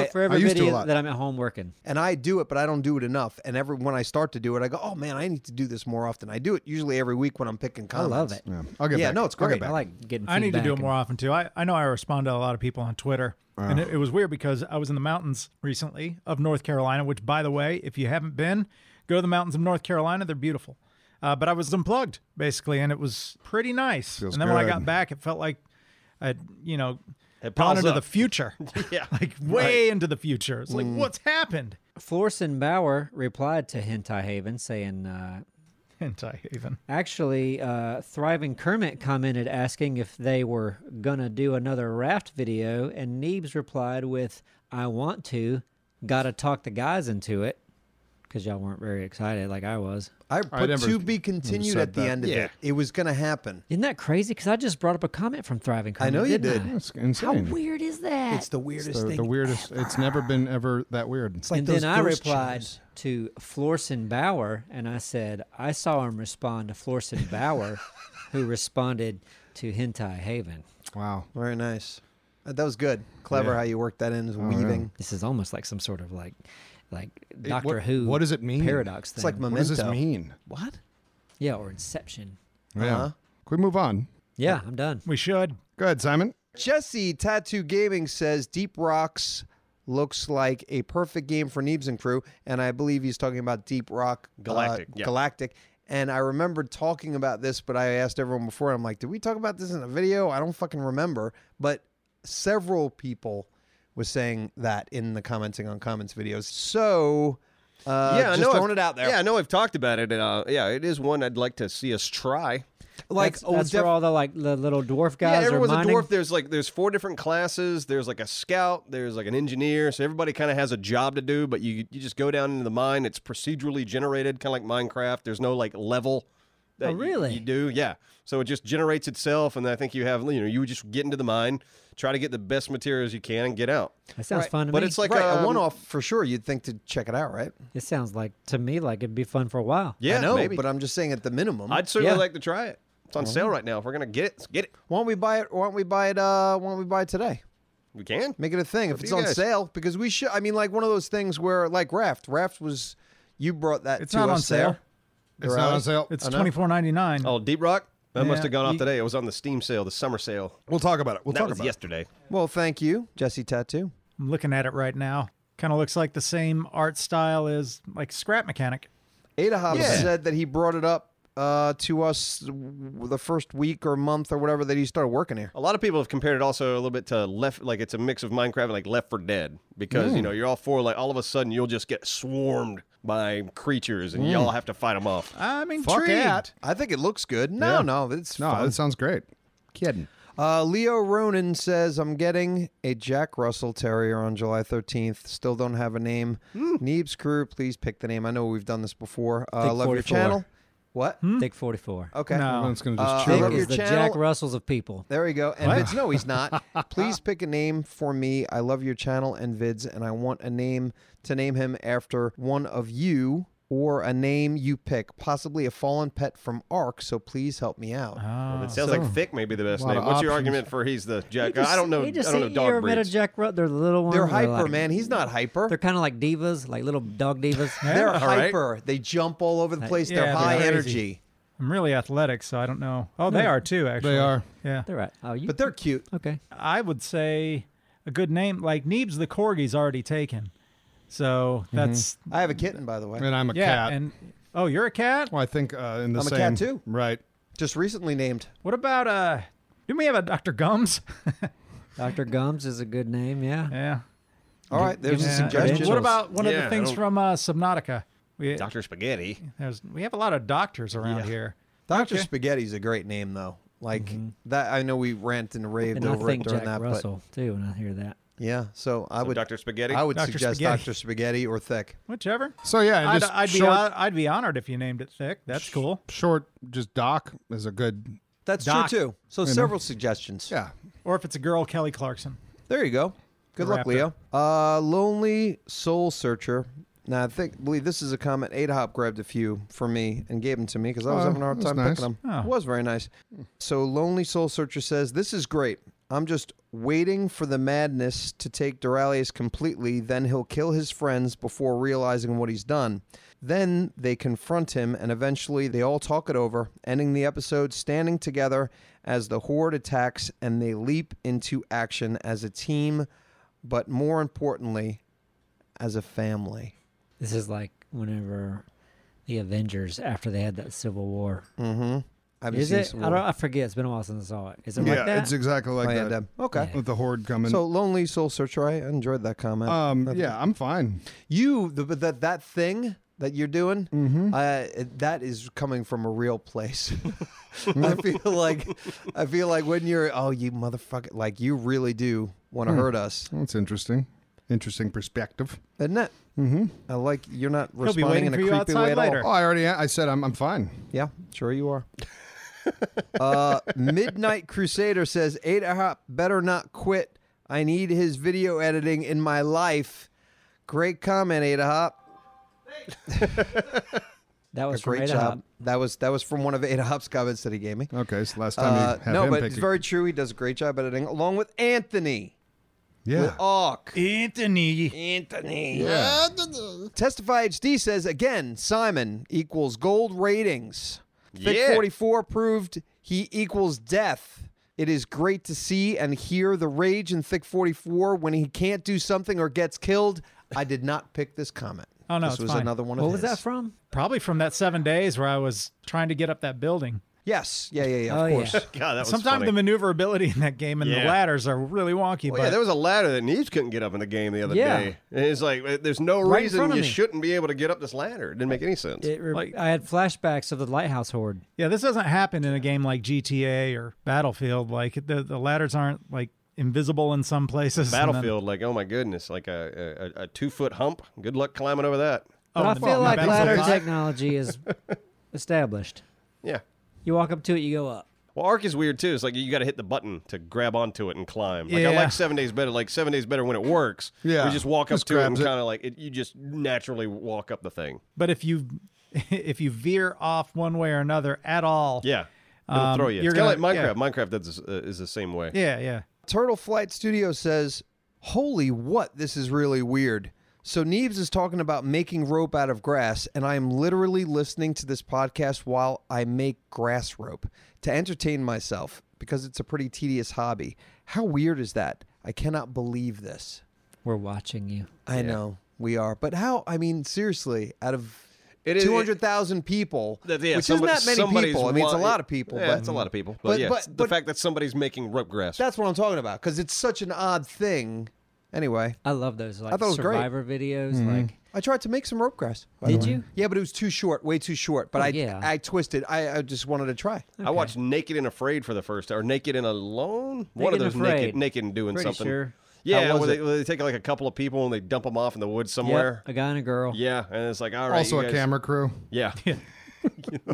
Speaker 2: it for every
Speaker 3: I used to a
Speaker 2: video
Speaker 3: lot.
Speaker 2: that I'm at home working.
Speaker 1: and I do it, but I don't do it enough. And every when I start to do it, I go, "Oh man, I need to do this more often." I do it usually every week when I'm picking
Speaker 2: I
Speaker 1: comments.
Speaker 2: love it.
Speaker 3: Yeah, I'll get
Speaker 1: Yeah,
Speaker 3: back.
Speaker 1: no, it's
Speaker 3: I'll get
Speaker 1: great.
Speaker 3: back.
Speaker 2: I like getting.
Speaker 4: I need to
Speaker 2: feedback
Speaker 4: do it
Speaker 2: and-
Speaker 4: more often too. I, I know I respond to a lot of people on Twitter. And it, it was weird because I was in the mountains recently of North Carolina, which, by the way, if you haven't been, go to the mountains of North Carolina. They're beautiful. Uh, but I was unplugged basically, and it was pretty nice.
Speaker 3: Feels
Speaker 4: and then when I
Speaker 3: good.
Speaker 4: got back, it felt like I'd, you know,
Speaker 5: It
Speaker 4: gone
Speaker 5: piles
Speaker 4: into
Speaker 5: up.
Speaker 4: the future.
Speaker 5: Yeah.
Speaker 4: like way into the future. It's
Speaker 1: Mm.
Speaker 4: like, what's happened?
Speaker 2: Florson Bauer replied to Hentai Haven saying, uh,
Speaker 4: Hentai Haven.
Speaker 2: Actually, uh, Thriving Kermit commented asking if they were gonna do another raft video, and Neebs replied with, "I want to, gotta talk the guys into it, because y'all weren't very excited like I was."
Speaker 1: I put
Speaker 3: never-
Speaker 1: to be continued
Speaker 3: never said
Speaker 1: at the
Speaker 3: that.
Speaker 1: end of it. It was going to happen.
Speaker 2: Isn't that crazy? Because I just brought up a comment from Thriving Kermit.
Speaker 1: know you
Speaker 2: didn't
Speaker 3: That's
Speaker 2: I? How
Speaker 3: insane.
Speaker 2: weird is that?
Speaker 1: It's the weirdest
Speaker 3: It's the,
Speaker 1: thing.
Speaker 3: the weirdest. It's never been ever that weird.
Speaker 1: It's like
Speaker 2: and
Speaker 1: those
Speaker 2: then I
Speaker 1: ghost
Speaker 2: replied
Speaker 1: shows.
Speaker 2: to Florson Bauer, and I said, "I saw him respond to Florson Bauer, who responded to Hentai Haven."
Speaker 3: wow.
Speaker 1: Very nice. Uh, That was good. Clever how you worked that in is weaving.
Speaker 2: This is almost like some sort of like, like Doctor
Speaker 3: what-
Speaker 2: Who.
Speaker 3: what does it mean?
Speaker 2: Paradox thing.
Speaker 1: It's like
Speaker 3: What
Speaker 1: memento.
Speaker 3: does this mean?
Speaker 1: What?
Speaker 2: yeah, or Inception.
Speaker 3: Yeah. Can we move on?
Speaker 2: Yeah, I'm done.
Speaker 4: We should.
Speaker 3: Go ahead, Simon.
Speaker 1: Jesse Tattoo Gaming says Deep Rocks looks like a perfect game for Neebs and crew, and I believe he's talking about Deep Rock uh,
Speaker 5: Galactic, yeah.
Speaker 1: Galactic. And I remembered talking about this, but I asked everyone before. I'm like, did we talk about this in a video? I don't fucking remember. But several people was saying that in the commenting on comments videos. So uh,
Speaker 5: yeah, I
Speaker 1: just
Speaker 5: know.
Speaker 1: throwing
Speaker 5: I've-
Speaker 1: it out there.
Speaker 5: Yeah, I know. I've talked about it. And, uh, yeah, it is one I'd like to see us try.
Speaker 1: like
Speaker 2: that's,
Speaker 1: oh,
Speaker 2: that's
Speaker 1: def-
Speaker 2: where all the like the little dwarf guys
Speaker 5: yeah,
Speaker 2: are
Speaker 5: everyone's
Speaker 2: mining.
Speaker 5: a dwarf. There's like there's four different classes. There's like a scout. There's like an engineer. So everybody kind of has a job to do. But you you just go down into the mine. It's procedurally generated, kind of like Minecraft. There's no like level. That
Speaker 2: Oh,
Speaker 5: you-
Speaker 2: really?
Speaker 5: You, do, yeah. So it just generates itself, and I think you have you know you would just get into the mine, try to get the best materials you can, and get out.
Speaker 2: That sounds
Speaker 1: Right,
Speaker 2: fun to
Speaker 5: but
Speaker 2: me.
Speaker 5: it's like
Speaker 1: right,
Speaker 5: um,
Speaker 1: a one-off for sure. You'd think to check it out, right?
Speaker 2: it sounds like to me like it'd be fun for a while.
Speaker 5: Yeah,
Speaker 1: I know,
Speaker 5: maybe.
Speaker 1: but I'm just saying at the minimum.
Speaker 5: I'd certainly
Speaker 2: Yeah.
Speaker 5: like to try it. It's on sale right now. If we're gonna get it, let's get it.
Speaker 1: Why don't we buy it? Why don't we buy it? Uh, why don't we buy it today?
Speaker 5: We can.
Speaker 1: Make it a thing if
Speaker 5: do
Speaker 1: it's
Speaker 5: you
Speaker 1: on
Speaker 5: guys-
Speaker 1: sale because we should. I mean, like one of those things where, like Raft. Raft was you brought that.
Speaker 4: It's
Speaker 1: to
Speaker 4: not
Speaker 1: us
Speaker 4: on sale.
Speaker 3: It's not on sale.
Speaker 4: It's
Speaker 1: I know.
Speaker 4: twenty four ninety nine.
Speaker 5: Oh, Deep Rock. That
Speaker 4: Yeah,
Speaker 5: must have gone off
Speaker 4: you-
Speaker 5: today. It was on the Steam sale, the summer sale.
Speaker 3: We'll talk about it. We'll
Speaker 5: That
Speaker 3: talk
Speaker 5: was
Speaker 3: about
Speaker 5: yesterday.
Speaker 1: Well, thank you, Jesse Tattoo.
Speaker 4: I'm looking at it right now. Kind of looks like the same art style as like Scrap Mechanic.
Speaker 1: Ada Hobbs
Speaker 5: Yeah.
Speaker 1: said that he brought it up uh, to us w- the first week or month or whatever that he started working here.
Speaker 5: A lot of people have compared it also a little bit to left, like it's a mix of Minecraft and like Left for Dead, because you know you're all four, like all of a sudden you'll just get swarmed by creatures and y'all have to fight them off.
Speaker 4: I'm
Speaker 3: it. Fuck
Speaker 4: intrigued.
Speaker 3: it.
Speaker 1: I think it looks good. No,
Speaker 3: Yeah.
Speaker 1: no, it's
Speaker 3: No,
Speaker 1: fun.
Speaker 3: that sounds great. kidding.
Speaker 1: Uh, Leo Ronan says, I'm getting a Jack Russell Terrier on July 13th. Still don't have a name. Neebs crew, please pick the name. I know we've done this before. Uh,
Speaker 2: Pick
Speaker 1: love your
Speaker 2: 44.
Speaker 1: channel. What?
Speaker 2: Thick 44.
Speaker 1: Okay.
Speaker 3: Everyone's gonna just
Speaker 1: Uh,
Speaker 3: chew
Speaker 1: I
Speaker 2: Thick
Speaker 1: love
Speaker 3: it.
Speaker 1: Oh, your
Speaker 2: is the
Speaker 1: channel.
Speaker 2: Jack Russells of people.
Speaker 1: There we go. And Vids, no, he's not. Please pick a name for me. I love your channel and Vids, and I want a name to name him after one of you or a name you pick, possibly a fallen pet from Ark. So please help me out.
Speaker 5: Well, it sounds like thick may be the best
Speaker 3: Lot
Speaker 5: name.
Speaker 3: of
Speaker 5: What's your
Speaker 3: options.
Speaker 5: argument for he's the
Speaker 2: You
Speaker 5: Jack?
Speaker 2: just-
Speaker 5: I don't know. I
Speaker 2: You just
Speaker 5: don't know
Speaker 2: see- you
Speaker 5: dog
Speaker 2: ever met a
Speaker 5: breeds.
Speaker 2: Jack Russell? They're the little ones.
Speaker 1: They're hyper,
Speaker 2: like-
Speaker 1: man. He's not hyper.
Speaker 2: They're kind of like divas, like little dog divas.
Speaker 1: They're
Speaker 5: all right.
Speaker 1: hyper. They jump all over the place.
Speaker 4: yeah,
Speaker 1: they're
Speaker 4: they're
Speaker 1: high
Speaker 4: crazy.
Speaker 1: energy,
Speaker 4: I'm really athletic, so I don't know. Oh, they are too, actually.
Speaker 3: They are.
Speaker 4: Yeah.
Speaker 2: They're right. Oh, you.
Speaker 1: but they're cute.
Speaker 2: okay.
Speaker 4: I would say a good name like Neebs the Corgi's already taken. So that's
Speaker 1: I have a kitten, by the way.
Speaker 3: And I'm Mm-hmm. a
Speaker 4: yeah,
Speaker 3: cat.
Speaker 4: and oh, you're a cat?
Speaker 3: well, I think uh, in the
Speaker 1: I'm a
Speaker 3: same.
Speaker 1: cat, too.
Speaker 3: Right.
Speaker 1: Just recently named.
Speaker 4: What about uh didn't we have a Dr. Gums?
Speaker 2: Dr. Gums is a good name, yeah.
Speaker 4: yeah.
Speaker 1: All right, there's
Speaker 4: Yeah,
Speaker 1: a
Speaker 4: and
Speaker 1: suggestion.
Speaker 4: What about one of
Speaker 5: Yeah,
Speaker 4: the
Speaker 5: I
Speaker 4: things
Speaker 5: don't-
Speaker 4: from uh, Subnautica? We,
Speaker 5: Doctor Spaghetti.
Speaker 4: there's, we have a lot of doctors around here.
Speaker 1: Doctor Spaghetti's a great name though. Like that, I know we rant and raved
Speaker 2: And I
Speaker 1: over it
Speaker 2: think
Speaker 1: during
Speaker 2: Jack
Speaker 1: that,
Speaker 2: Russell too. When I hear that,
Speaker 1: but yeah. So I
Speaker 5: So
Speaker 1: would
Speaker 5: Dr. Spaghetti?
Speaker 1: I would
Speaker 4: Dr.
Speaker 1: suggest
Speaker 4: Spaghetti.
Speaker 1: Doctor Spaghetti or Thick.
Speaker 4: Whichever.
Speaker 3: So yeah, and
Speaker 4: I'd,
Speaker 3: just
Speaker 4: I'd, be,
Speaker 3: short,
Speaker 4: hon- I'd be honored if you named it thick. That's cool.
Speaker 3: short, just Doc is a good.
Speaker 1: That's
Speaker 4: Doc.
Speaker 1: true too. So several suggestions.
Speaker 3: Yeah.
Speaker 4: Or if it's a girl, Kelly Clarkson.
Speaker 1: There you go. Good luck,
Speaker 4: Raptor.
Speaker 1: Leo. Uh, Lonely Soul Searcher. Now I think believe this is a comment. Ada Hop grabbed a few for me and gave them to me because I was
Speaker 3: Oh,
Speaker 1: having a hard
Speaker 3: that's
Speaker 1: time
Speaker 3: nice.
Speaker 1: picking them.
Speaker 2: Oh.
Speaker 1: It was very nice. So Lonely Soul Searcher says, "This is great. I'm just waiting for the madness to take Duralius completely. Then he'll kill his friends before realizing what he's done. Then they confront him, and eventually they all talk it over, ending the episode standing together as the horde attacks and they leap into action as a team, but more importantly, as a family."
Speaker 2: this is like whenever the Avengers after they had that Civil War.
Speaker 1: I've
Speaker 2: Is it? I don't. I forget. It's been a while since I saw it. Is it like that?
Speaker 3: it's exactly like
Speaker 1: Oh, yeah,
Speaker 3: that.
Speaker 1: Deb. Okay.
Speaker 3: With the horde coming.
Speaker 1: So uh, lonely soul searcher, I enjoyed that comment.
Speaker 3: um, yeah, I'm fine.
Speaker 1: you the, but that that thing that you're doing, uh, that is coming from a real place. I feel like I feel like when you're oh you motherfucker like you really do want to hurt us,
Speaker 3: That's interesting. Interesting perspective.
Speaker 1: isn't it? Mm-hmm. I like you're not
Speaker 4: be
Speaker 1: responding
Speaker 4: waiting
Speaker 1: in a
Speaker 4: for you
Speaker 1: creepy
Speaker 4: outside
Speaker 1: way at
Speaker 4: later.
Speaker 1: all.
Speaker 3: Oh, I already. I said I'm. I'm fine.
Speaker 1: Yeah, sure you are. uh, Midnight Crusader says Ada Hop better not quit. I need his video editing in my life. Great comment, Ada Hop.
Speaker 2: that
Speaker 1: Great
Speaker 2: was from Ada
Speaker 1: job.
Speaker 2: Hop.
Speaker 1: That was that was from one of Ada Hop's comments that he gave me.
Speaker 3: Okay. So last time
Speaker 1: Uh,
Speaker 3: you had
Speaker 1: no,
Speaker 3: him
Speaker 1: but
Speaker 3: pick
Speaker 1: it's
Speaker 3: it.
Speaker 1: very true. He does a great job editing, along with Anthony.
Speaker 3: yeah.
Speaker 1: Hawk.
Speaker 4: Anthony.
Speaker 1: Anthony.
Speaker 3: Yeah.
Speaker 1: Testify HD says again, Simon equals gold ratings. Thick
Speaker 5: Yeah.
Speaker 1: 44 proved he equals death. It is great to see and hear the rage in Thick 44 when he can't do something or gets killed. I did not pick this comment.
Speaker 4: Oh, no,
Speaker 1: this
Speaker 4: it's
Speaker 1: was
Speaker 4: fine.
Speaker 1: another one.
Speaker 2: What
Speaker 1: of
Speaker 2: was
Speaker 1: his.
Speaker 2: that from?
Speaker 4: Probably from that seven days where I was trying to get up that building.
Speaker 1: Yes, yeah, yeah, yeah. Of
Speaker 2: Oh, yeah.
Speaker 1: course.
Speaker 5: God, that was
Speaker 4: Sometimes
Speaker 5: funny.
Speaker 4: the maneuverability in that game and the
Speaker 5: Yeah.
Speaker 4: ladders are really wonky,
Speaker 5: Well,
Speaker 4: but
Speaker 5: yeah, there was a ladder that Neves couldn't get up in the game the other
Speaker 2: Yeah.
Speaker 5: day. And it's like, uh, there's no
Speaker 2: Right in
Speaker 5: reason
Speaker 2: front of
Speaker 5: you
Speaker 2: me.
Speaker 5: shouldn't be able to get up this ladder. It didn't make any sense.
Speaker 2: It, re-
Speaker 4: Like-
Speaker 2: I had flashbacks of the Lighthouse Horde.
Speaker 4: yeah, this doesn't happen in a game like GTA or Battlefield. Like the the ladders aren't like invisible in some places. and then-
Speaker 5: Battlefield, like, oh my goodness, like a, a, a two foot hump. Good luck climbing over that.
Speaker 4: Oh,
Speaker 2: But I
Speaker 4: no,
Speaker 2: feel
Speaker 4: no,
Speaker 2: like
Speaker 4: Battlefield
Speaker 2: ladder
Speaker 4: five.
Speaker 2: technology is established.
Speaker 5: Yeah.
Speaker 2: You walk up to it, you go up.
Speaker 5: Well, Arc is weird too. It's like you got to hit the button to grab onto it and climb. Like I
Speaker 4: Yeah.
Speaker 5: like Seven Days better. Like Seven Days better when it works.
Speaker 3: Yeah.
Speaker 5: we just walk up
Speaker 3: Just
Speaker 5: to it and
Speaker 3: grabs it.
Speaker 5: kind of like it, you just naturally walk up the thing.
Speaker 4: But if you if you veer off one way or another at all,
Speaker 5: Yeah, it'll
Speaker 4: Um,
Speaker 5: throw you.
Speaker 4: you're
Speaker 5: It's kind of
Speaker 4: gonna-
Speaker 5: like
Speaker 4: yeah.
Speaker 5: Minecraft. Minecraft does this, uh, is the same way.
Speaker 4: yeah, yeah.
Speaker 1: Turtle Flight Studio says, Holy what, this is really weird. So Neves is talking about making rope out of grass, and I am literally listening to this podcast while I make grass rope to entertain myself because it's a pretty tedious hobby. How weird is that? I cannot believe this.
Speaker 2: We're watching you.
Speaker 1: I know we are, but how? I mean, seriously, out of
Speaker 5: It is-
Speaker 1: two hundred thousand people,
Speaker 5: That- yeah,
Speaker 1: which
Speaker 5: somebody-
Speaker 1: is not many
Speaker 5: somebody's
Speaker 1: people. I mean, it's a
Speaker 5: wa-
Speaker 1: lot of people.
Speaker 5: Yeah,
Speaker 1: but
Speaker 5: it's a lot of people. But,
Speaker 1: but-
Speaker 5: yeah,
Speaker 1: but-
Speaker 5: it's the
Speaker 1: but-
Speaker 5: fact that somebody's making rope grass.
Speaker 1: That's what I'm talking about because it's such an odd thing Anyway,
Speaker 2: I love those like
Speaker 1: thought it was great. Mm-hmm.
Speaker 2: Survivor videos. Like,
Speaker 1: I tried to make some rope grass. by the
Speaker 2: did
Speaker 1: way.
Speaker 2: you?
Speaker 1: Yeah, but it was too short, way too short. But
Speaker 2: Oh,
Speaker 1: I,
Speaker 2: yeah.
Speaker 1: I twisted. I, I just wanted to try.
Speaker 5: I watched Naked and Afraid for the first time, or Naked and Alone. One of
Speaker 2: Naked and
Speaker 5: those naked,
Speaker 2: Afraid.
Speaker 5: naked and doing
Speaker 2: Pretty
Speaker 5: something.
Speaker 2: sure.
Speaker 5: Yeah,
Speaker 1: How was
Speaker 5: where they,
Speaker 1: it?
Speaker 5: where they take like a couple of people and they dump them off in the woods
Speaker 2: yep,
Speaker 5: somewhere.
Speaker 2: a guy and a girl.
Speaker 5: Yeah, and it's like all right.
Speaker 3: also
Speaker 5: you
Speaker 3: a
Speaker 5: guys-
Speaker 3: camera crew.
Speaker 5: Yeah,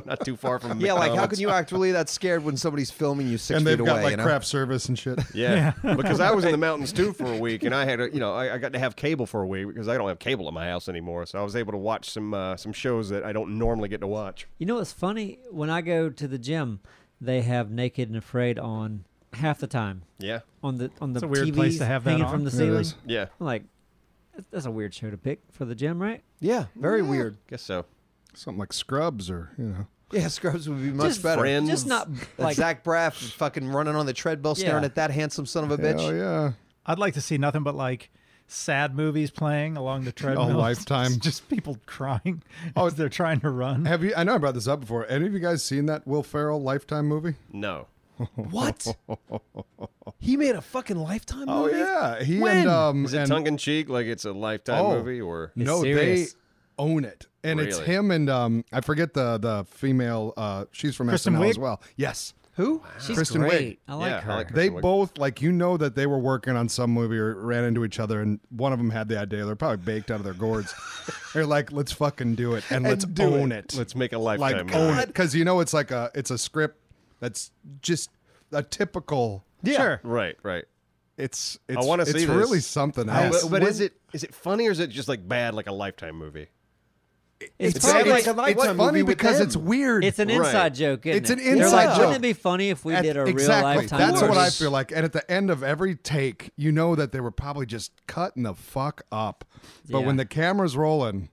Speaker 5: not too far from.
Speaker 1: Yeah, like how can
Speaker 5: McDonald's.
Speaker 1: you act really that scared when somebody's filming you six
Speaker 3: And
Speaker 1: feet
Speaker 3: they've
Speaker 1: away?
Speaker 3: got like
Speaker 1: you know?
Speaker 3: craft service and shit.
Speaker 5: Yeah, because I was in the mountains too for a week, and I had, a, you know, I, I got to have cable for a week because I don't have cable at my house anymore. So I was able to watch some uh, some shows that I don't normally get to watch.
Speaker 2: You know what's funny? When I go to the gym, they have Naked and Afraid on half the time
Speaker 5: Yeah,
Speaker 2: on the on the
Speaker 4: It's a weird
Speaker 2: TVs
Speaker 4: place to have that
Speaker 2: hanging
Speaker 4: on.
Speaker 2: from the
Speaker 4: It
Speaker 2: ceiling.
Speaker 3: is.
Speaker 5: yeah,
Speaker 2: I'm like, "That's- that's a weird show to pick for the gym, right?
Speaker 1: Yeah, very weird.
Speaker 5: guess so.
Speaker 3: Something like Scrubs or, you know.
Speaker 1: Yeah, Scrubs would be much
Speaker 2: Just
Speaker 1: better.
Speaker 3: Mm.
Speaker 5: friend-
Speaker 2: Just not
Speaker 1: That
Speaker 2: like
Speaker 1: Zach Braff fucking running on the treadmill, staring
Speaker 2: Yeah.
Speaker 1: at that handsome son of a bitch.
Speaker 3: Hell yeah.
Speaker 4: I'd like to see nothing but like sad movies playing along the treadmill.
Speaker 3: Lifetime.
Speaker 4: just people crying oh, as they're trying to run.
Speaker 3: Have you? I know I brought this up before. Any of you guys seen that Will Ferrell Lifetime movie?
Speaker 5: No,
Speaker 1: What? he made a fucking lifetime
Speaker 3: Oh
Speaker 1: movie.
Speaker 3: yeah, he
Speaker 1: When?
Speaker 3: and um
Speaker 5: is it
Speaker 3: and-
Speaker 5: tongue in cheek? Like it's a lifetime
Speaker 3: Oh.
Speaker 5: movie, or
Speaker 2: It's
Speaker 3: no,
Speaker 2: serious.
Speaker 3: they own it, and it's
Speaker 5: Really?
Speaker 3: him and um I forget the the female. uh She's from
Speaker 4: Kristen
Speaker 3: SNL
Speaker 4: Wiig?
Speaker 3: as well. Yes,
Speaker 1: Who?
Speaker 2: she's
Speaker 3: Kristen Wiig.
Speaker 2: great. I like
Speaker 5: Yeah, I
Speaker 2: her.
Speaker 5: like her.
Speaker 3: they
Speaker 5: Kristen Wiig.
Speaker 3: both like you know that they were working on some movie or ran into each other, and one of them had the idea. They're probably baked out of their gourds. They're like, let's fucking do it and, let's
Speaker 1: do
Speaker 3: own it.
Speaker 5: let's make a
Speaker 3: like
Speaker 5: lifetime. movie.
Speaker 3: own it because you know it's like a it's a script that's just a typical.
Speaker 1: Yeah.
Speaker 4: Sure.
Speaker 5: Right, right.
Speaker 3: It's it's
Speaker 5: wanna
Speaker 3: it's
Speaker 5: see this.
Speaker 3: really something
Speaker 5: Oh,
Speaker 3: else.
Speaker 5: but but is it is it funny or is it just like bad, like a lifetime movie?
Speaker 2: It's,
Speaker 1: It's
Speaker 2: probably
Speaker 1: like a Lifetime
Speaker 3: it's funny
Speaker 1: movie with
Speaker 3: because
Speaker 1: them.
Speaker 3: it's weird.
Speaker 2: it's an
Speaker 5: Right.
Speaker 2: inside joke. Isn't
Speaker 3: It's
Speaker 2: it?
Speaker 3: an
Speaker 2: They're like,
Speaker 3: inside
Speaker 2: Wouldn't
Speaker 3: joke.
Speaker 2: it be funny if we
Speaker 3: At-
Speaker 2: did a
Speaker 3: exactly.
Speaker 2: real lifetime?
Speaker 3: That's what I
Speaker 2: version?
Speaker 3: feel like. And at the end of every take, you know that they were probably just cutting the fuck up. But
Speaker 2: Yeah.
Speaker 3: when the camera's rolling,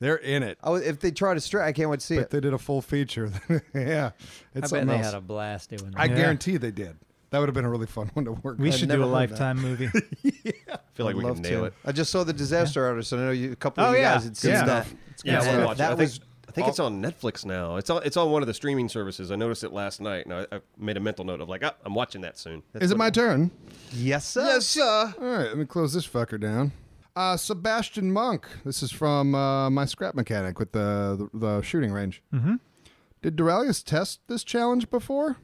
Speaker 3: they're in it.
Speaker 1: Oh, if they try to strike, I can't wait to see
Speaker 3: But
Speaker 1: it.
Speaker 3: they did a full feature.
Speaker 2: I
Speaker 3: yeah, it's
Speaker 2: bet
Speaker 3: something
Speaker 2: they
Speaker 3: else.
Speaker 2: had a blast doing
Speaker 3: I
Speaker 2: that.
Speaker 3: guarantee they did. That would have been a really fun one to work.
Speaker 4: we
Speaker 3: on.
Speaker 4: should
Speaker 1: never
Speaker 4: do a
Speaker 1: heard that.
Speaker 4: lifetime movie.
Speaker 5: I feel like we can nail it.
Speaker 1: I just saw the disaster artist, and I know you, a couple
Speaker 4: Oh,
Speaker 1: of you
Speaker 4: yeah.
Speaker 1: guys had seen
Speaker 4: Good
Speaker 1: that.
Speaker 4: stuff.
Speaker 5: Yeah, I
Speaker 1: And
Speaker 5: want to watch
Speaker 1: that
Speaker 5: it. I
Speaker 1: was.
Speaker 5: think, I think it's on Netflix now. It's on it's on one of the streaming services. I noticed it last night, and I, I made a mental note of like, ah, I'm watching that soon.
Speaker 3: Is it my turn?
Speaker 1: Yes, sir.
Speaker 3: sir. All right, let me close this fucker down. Uh, Sebastian Monk. This is from uh, my scrap mechanic with the the, the shooting range. Mm-hmm. Did Duralius test this challenge before?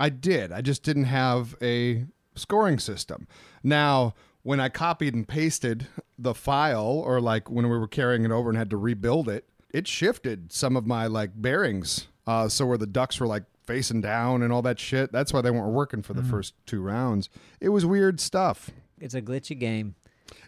Speaker 3: I did. I just didn't have a scoring system. Now, when I copied and pasted the file, or like when we were carrying it over and had to rebuild it, it shifted some of my like bearings. Uh, so where the ducks were like facing down and all that shit, that's why they weren't working for the first two rounds. It was weird stuff.
Speaker 2: It's a glitchy game.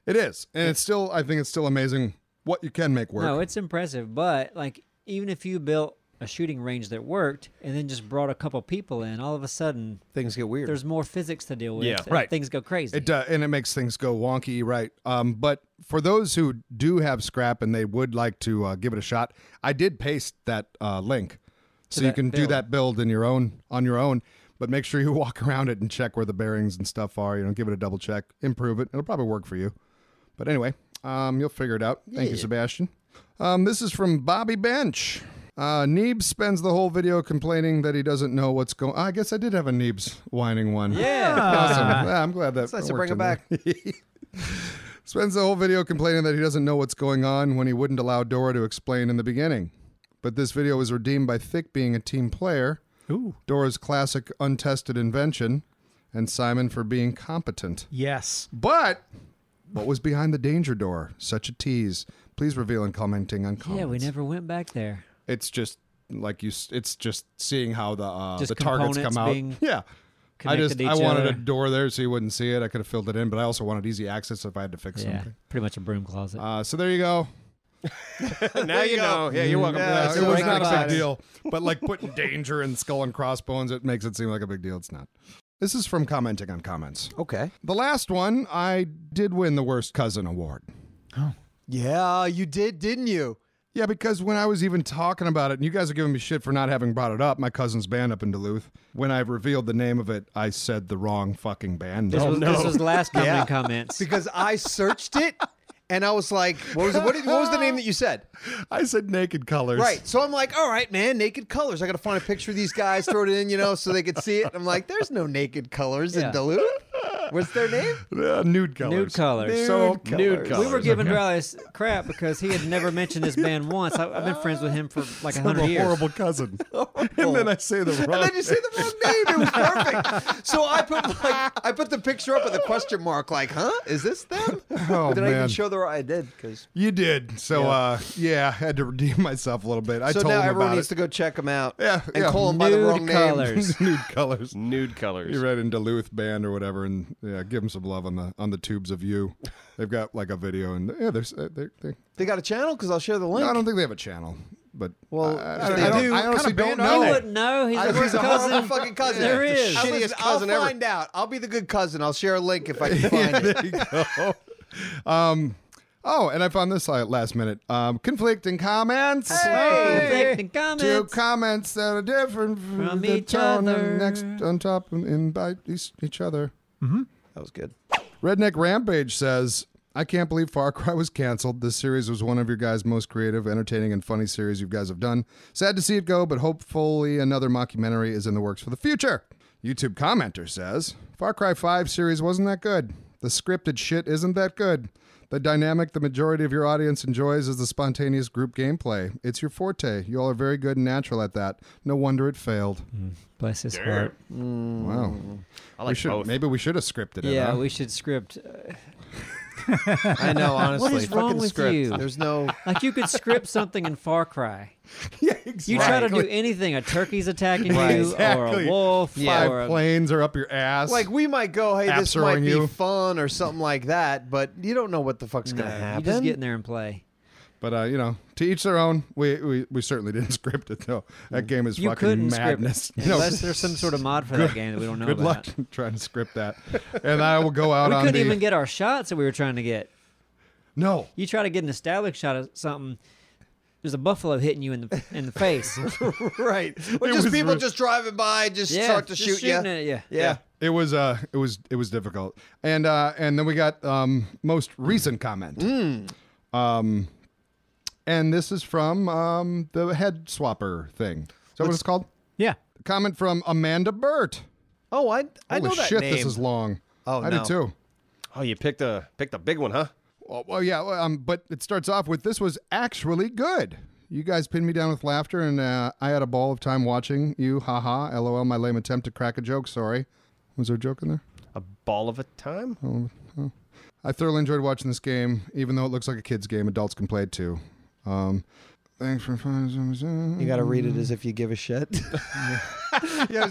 Speaker 3: It is, and it's still. I think it's still amazing what you can make work.
Speaker 2: No, it's impressive. But like, even if you built a shooting range that worked, and then just brought a couple people in, all of a sudden
Speaker 1: Things get weird.
Speaker 2: there's more physics to deal with.
Speaker 5: Yeah.
Speaker 2: and
Speaker 3: Right.
Speaker 2: Things go crazy.
Speaker 3: It does, and it makes things go wonky, right? Um, but for those who do have scrap and they would like to uh, give it a shot, I did paste that uh, link, so you
Speaker 2: that
Speaker 3: can do
Speaker 2: build.
Speaker 3: that build in your own on your own. But make sure you walk around it and check where the bearings and stuff are. You know, give it a double check, improve it. It'll probably work for you. But anyway, um, you'll figure it out. Thank you, Sebastian. Um, this is from Bobby Bench. Uh, Neebs spends the whole video complaining that he doesn't know what's going. I guess I did have a Neebs whining one.
Speaker 2: yeah.
Speaker 3: Awesome. Yeah, I'm glad that.
Speaker 1: It's nice to bring
Speaker 3: worked
Speaker 1: it
Speaker 3: in there.
Speaker 1: back.
Speaker 3: Spends the whole video complaining that he doesn't know what's going on when he wouldn't allow Dora to explain in the beginning. But this video was redeemed by Thick being a team player,
Speaker 4: Ooh.
Speaker 3: Dora's classic untested invention, and Simon for being competent.
Speaker 4: Yes.
Speaker 3: But what was behind the danger door? Such a tease. Please reveal in commenting on comments.
Speaker 2: Yeah, we never went back there.
Speaker 3: It's just like you. s- It's just seeing how the uh,
Speaker 2: Just
Speaker 3: the targets
Speaker 2: components
Speaker 3: come out.
Speaker 2: being
Speaker 3: yeah. I
Speaker 2: connected
Speaker 3: just
Speaker 2: to
Speaker 3: I
Speaker 2: each
Speaker 3: wanted a
Speaker 2: other.
Speaker 3: door there so you wouldn't see it. I could have filled it in, but I also wanted easy access if I had to fix
Speaker 2: Yeah.
Speaker 3: something.
Speaker 2: Pretty much a broom closet.
Speaker 3: Uh, so there you go.
Speaker 5: now you know. Yeah, you're welcome.
Speaker 3: Yeah,
Speaker 5: Yeah,
Speaker 3: it was not a
Speaker 1: about
Speaker 3: big deal. But like putting danger in skull and crossbones, it makes it seem like a big deal. It's not. This is from commenting on comments.
Speaker 1: Okay.
Speaker 3: The last one, I did win the worst cousin award.
Speaker 1: Yeah, you did, didn't you?
Speaker 3: Yeah, because when I was even talking about it, and you guys are giving me shit for not having brought it up, my cousin's band up in Duluth. When I revealed the name of it, I said the wrong fucking band.
Speaker 2: this,
Speaker 3: name.
Speaker 2: was, this was last comment
Speaker 1: Yeah.
Speaker 2: comments.
Speaker 1: Because I searched it, and I was like, "What was it? What, did- what was the name that you said?"
Speaker 3: I said Naked Colors.
Speaker 1: Right. So I'm like, all right, man, naked colors. I got to find a picture of these guys, throw it in, you know, so they could see it. I'm like, there's no naked colors
Speaker 2: Yeah.
Speaker 1: in Duluth. What's their name?
Speaker 3: Uh, nude colors.
Speaker 2: Nude colors.
Speaker 3: So
Speaker 1: Nude
Speaker 2: we were
Speaker 3: colors,
Speaker 2: giving
Speaker 3: okay.
Speaker 2: Darius crap because he had never mentioned this band once. I, I've been friends with him for like a
Speaker 3: I'm
Speaker 2: hundred
Speaker 3: a
Speaker 2: years.
Speaker 3: horrible cousin. and then I say the wrong.
Speaker 1: And then you say the wrong name. It was perfect. So I put like I put the picture up with a question mark, like, huh? Is this them?
Speaker 3: Oh,
Speaker 1: But did I even
Speaker 3: man.
Speaker 1: show the I did because
Speaker 3: You did. So yeah. uh yeah, I had to redeem myself a little bit. I
Speaker 1: so
Speaker 3: told
Speaker 1: now
Speaker 3: him
Speaker 1: everyone
Speaker 3: about
Speaker 1: needs to
Speaker 3: it.
Speaker 1: go check them out.
Speaker 3: Yeah,
Speaker 1: and
Speaker 3: yeah.
Speaker 1: call them by the
Speaker 2: Nude
Speaker 1: wrong name.
Speaker 2: colors.
Speaker 3: nude colors.
Speaker 5: Nude colors.
Speaker 3: You read in Duluth band or whatever, and yeah, give them some love on the on the tubes of you. They've got like a video, and yeah, there's uh, they're, they
Speaker 1: They got a channel because I'll share the link.
Speaker 3: No, I don't think they have a channel, but
Speaker 1: Well,
Speaker 3: I,
Speaker 1: if
Speaker 3: I, don't-
Speaker 1: they
Speaker 3: I don't-
Speaker 1: do,
Speaker 3: I
Speaker 1: what
Speaker 3: honestly
Speaker 4: kind of
Speaker 3: don't
Speaker 4: band are
Speaker 2: I
Speaker 3: know.
Speaker 2: wouldn't know. He's
Speaker 1: I
Speaker 2: the
Speaker 1: think he's
Speaker 2: worst
Speaker 1: a horrible
Speaker 2: cousin.
Speaker 1: fucking cousin.
Speaker 2: There
Speaker 1: Yeah.
Speaker 2: is.
Speaker 1: I'll,
Speaker 5: Shittiest cousin
Speaker 1: I'll
Speaker 5: ever.
Speaker 1: find out. I'll be the good cousin. I'll share a link if I can find it.
Speaker 3: Um, oh, and I found this uh, last minute. Um, conflicting comments.
Speaker 2: Conflicting
Speaker 3: Two
Speaker 2: comments.
Speaker 3: comments that are different
Speaker 2: From
Speaker 3: the
Speaker 2: each
Speaker 3: tone
Speaker 2: other.
Speaker 3: and next on top and, and by each, each other.
Speaker 1: That was good.
Speaker 3: Redneck Rampage says, I can't believe Far Cry was canceled. This series was one of your guys' most creative, entertaining, and funny series you guys have done. Sad to see it go, but hopefully another mockumentary is in the works for the future. YouTube commenter says, Far Cry 5 series wasn't that good. The scripted shit isn't that good. The dynamic the majority of your audience enjoys is the spontaneous group gameplay. It's your forte. You all are very good and natural at that. No wonder it failed.
Speaker 2: Bless his heart.
Speaker 3: Wow.
Speaker 5: Mm. I
Speaker 3: we
Speaker 5: like
Speaker 3: should,
Speaker 5: both.
Speaker 3: Maybe we should have scripted it.
Speaker 2: Yeah,
Speaker 3: huh?
Speaker 2: we should script. uh,
Speaker 1: I know, honestly.
Speaker 2: is wrong
Speaker 1: Fucking
Speaker 2: with
Speaker 1: script.
Speaker 2: you?
Speaker 1: There's no.
Speaker 2: Like you could script something in Far Cry.
Speaker 3: yeah, exactly.
Speaker 2: You try to do anything. A turkey's attacking
Speaker 1: Right.
Speaker 2: you, or
Speaker 3: Exactly.
Speaker 2: a wolf,
Speaker 1: Yeah.
Speaker 2: or a,
Speaker 3: five planes are up your ass.
Speaker 1: Like we might go, hey, this
Speaker 3: Apps are
Speaker 1: might
Speaker 3: on
Speaker 1: be
Speaker 3: you.
Speaker 1: fun or something like that, but you don't know what the fuck's
Speaker 2: No,
Speaker 1: gonna
Speaker 2: you
Speaker 1: happen.
Speaker 2: just get in there and play.
Speaker 3: but uh, you know, to each their own. We we, we certainly didn't script it though. That game is
Speaker 2: Mm. You
Speaker 3: fucking
Speaker 2: couldn't script
Speaker 3: madness.
Speaker 2: it, unless there's some sort of mod for that game that we don't know
Speaker 3: good luck
Speaker 2: about.
Speaker 3: trying to script that. And I will go out
Speaker 2: We
Speaker 3: on
Speaker 2: couldn't
Speaker 3: the
Speaker 2: even get our shots that we were trying to get.
Speaker 3: no.
Speaker 2: You try to get an established shot of something. There's a buffalo hitting you in the in the face.
Speaker 1: right. Or
Speaker 3: It
Speaker 1: just
Speaker 3: was
Speaker 1: people
Speaker 3: re-
Speaker 1: just driving by, just
Speaker 2: Yeah,
Speaker 1: start to
Speaker 2: just
Speaker 1: shoot you.
Speaker 2: shooting at ya.
Speaker 1: Yeah.
Speaker 2: Yeah.
Speaker 3: It was uh it was it was difficult. And uh and then we got um most recent comment.
Speaker 2: Mm.
Speaker 3: Um and this is from um the head swapper thing. Is that what it's called?
Speaker 4: Yeah.
Speaker 3: Comment from Amanda Burt.
Speaker 1: Oh, I I
Speaker 3: Holy
Speaker 1: know that
Speaker 3: shit,
Speaker 1: name.
Speaker 3: this is long.
Speaker 1: Oh,
Speaker 3: I
Speaker 1: no.
Speaker 3: did too.
Speaker 5: Oh, you picked a picked a big one, huh?
Speaker 3: Well, well yeah, well, um, but it starts off with this was actually good. You guys pinned me down with laughter, and uh, I had a ball of time watching you. Haha, lol, my lame attempt to crack a joke. Sorry. Was there a joke in there?
Speaker 5: A ball of a time.
Speaker 3: I thoroughly enjoyed watching this game, even though it looks like a kid's game. Adults can play it too. Um, thanks for
Speaker 1: You got to read it as if Mm. you give a shit. Yeah,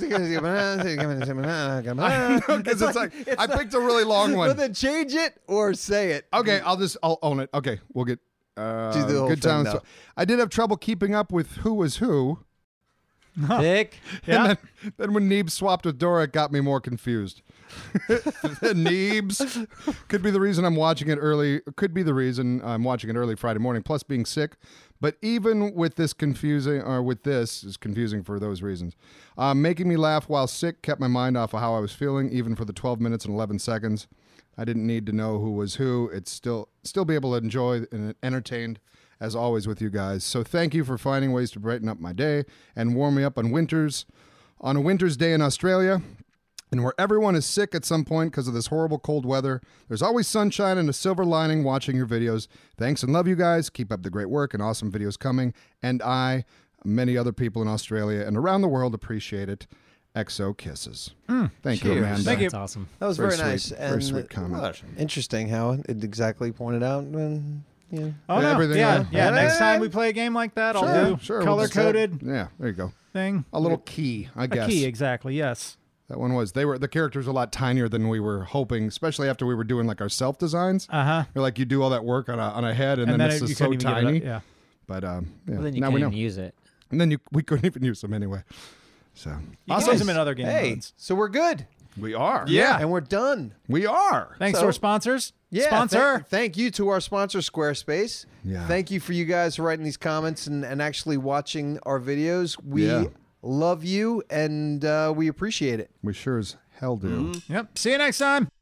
Speaker 3: Because it's like, I picked a really long one.
Speaker 1: Whether change it or say it.
Speaker 3: Okay, I'll just I'll own it. Okay, we'll get uh,
Speaker 1: Do the whole
Speaker 3: good
Speaker 1: thing,
Speaker 3: time.
Speaker 1: though.
Speaker 3: I did have trouble keeping up with who was who.
Speaker 2: Dick,
Speaker 4: Yeah.
Speaker 3: And then, then when Neebs swapped with Dora, it got me more confused. Neebs could be the reason I'm watching it early. Could be the reason I'm watching it early Friday morning. Plus being sick. But even with this confusing, or with this is confusing for those reasons. Um, making me laugh while sick kept my mind off of how I was feeling, even for the 12 minutes and 11 seconds. I didn't need to know who was who. It's still still be able to enjoy and entertained as always with you guys. So thank you for finding ways to brighten up my day and warm me up on winters on a winter's day in Australia. And where everyone is sick at some point because of this horrible cold weather, there's always sunshine and a silver lining watching your videos. Thanks and love you guys. Keep up the great work and awesome videos coming. And I, many other people in Australia and around the world appreciate it. Exo kisses. Thank you, Amanda.
Speaker 4: Mm. Thank you.
Speaker 2: That's awesome.
Speaker 1: That was very,
Speaker 3: Very
Speaker 1: nice
Speaker 3: sweet-
Speaker 1: and
Speaker 3: very sweet comment.
Speaker 5: Gosh.
Speaker 1: interesting how it exactly pointed out. And, yeah.
Speaker 4: Oh no.
Speaker 3: Everything
Speaker 4: yeah.
Speaker 3: there.
Speaker 4: Yeah.
Speaker 1: Yeah.
Speaker 4: Next time we play a game like that, I'll do
Speaker 3: sure, we'll
Speaker 4: color
Speaker 3: just-
Speaker 4: coded
Speaker 3: Yeah, there you go.
Speaker 4: thing.
Speaker 3: A little key, I
Speaker 4: A
Speaker 3: guess.
Speaker 4: key, exactly. Yes.
Speaker 3: That one was. They were the characters were a lot tinier than we were hoping, especially after we were doing like our self designs.
Speaker 4: Uh huh.
Speaker 3: You're like you do all that work on a, on a head, and, then,
Speaker 4: it-
Speaker 3: it's
Speaker 4: you
Speaker 3: just
Speaker 4: couldn't
Speaker 3: so
Speaker 4: even give it
Speaker 3: tiny.
Speaker 4: up. Yeah.
Speaker 3: But um, yeah.
Speaker 2: Well, then you
Speaker 3: now
Speaker 2: can't
Speaker 3: we know.
Speaker 2: even use it.
Speaker 3: and then you, we couldn't even use them anyway. So
Speaker 4: You can use them in other game
Speaker 1: Hey,
Speaker 4: modes.
Speaker 1: so we're good.
Speaker 3: we are.
Speaker 4: Yeah.
Speaker 1: And we're done.
Speaker 3: we are.
Speaker 4: Thanks to
Speaker 1: So-
Speaker 4: our sponsors.
Speaker 1: Yeah,
Speaker 4: Sponsor.
Speaker 1: thank- thank you to our sponsor, Squarespace.
Speaker 3: Yeah.
Speaker 1: Thank you for you guys writing these comments and, and actually watching our videos. We
Speaker 3: Yeah.
Speaker 1: love you and uh, we appreciate it.
Speaker 3: We sure as hell do.
Speaker 4: yep. See you next time.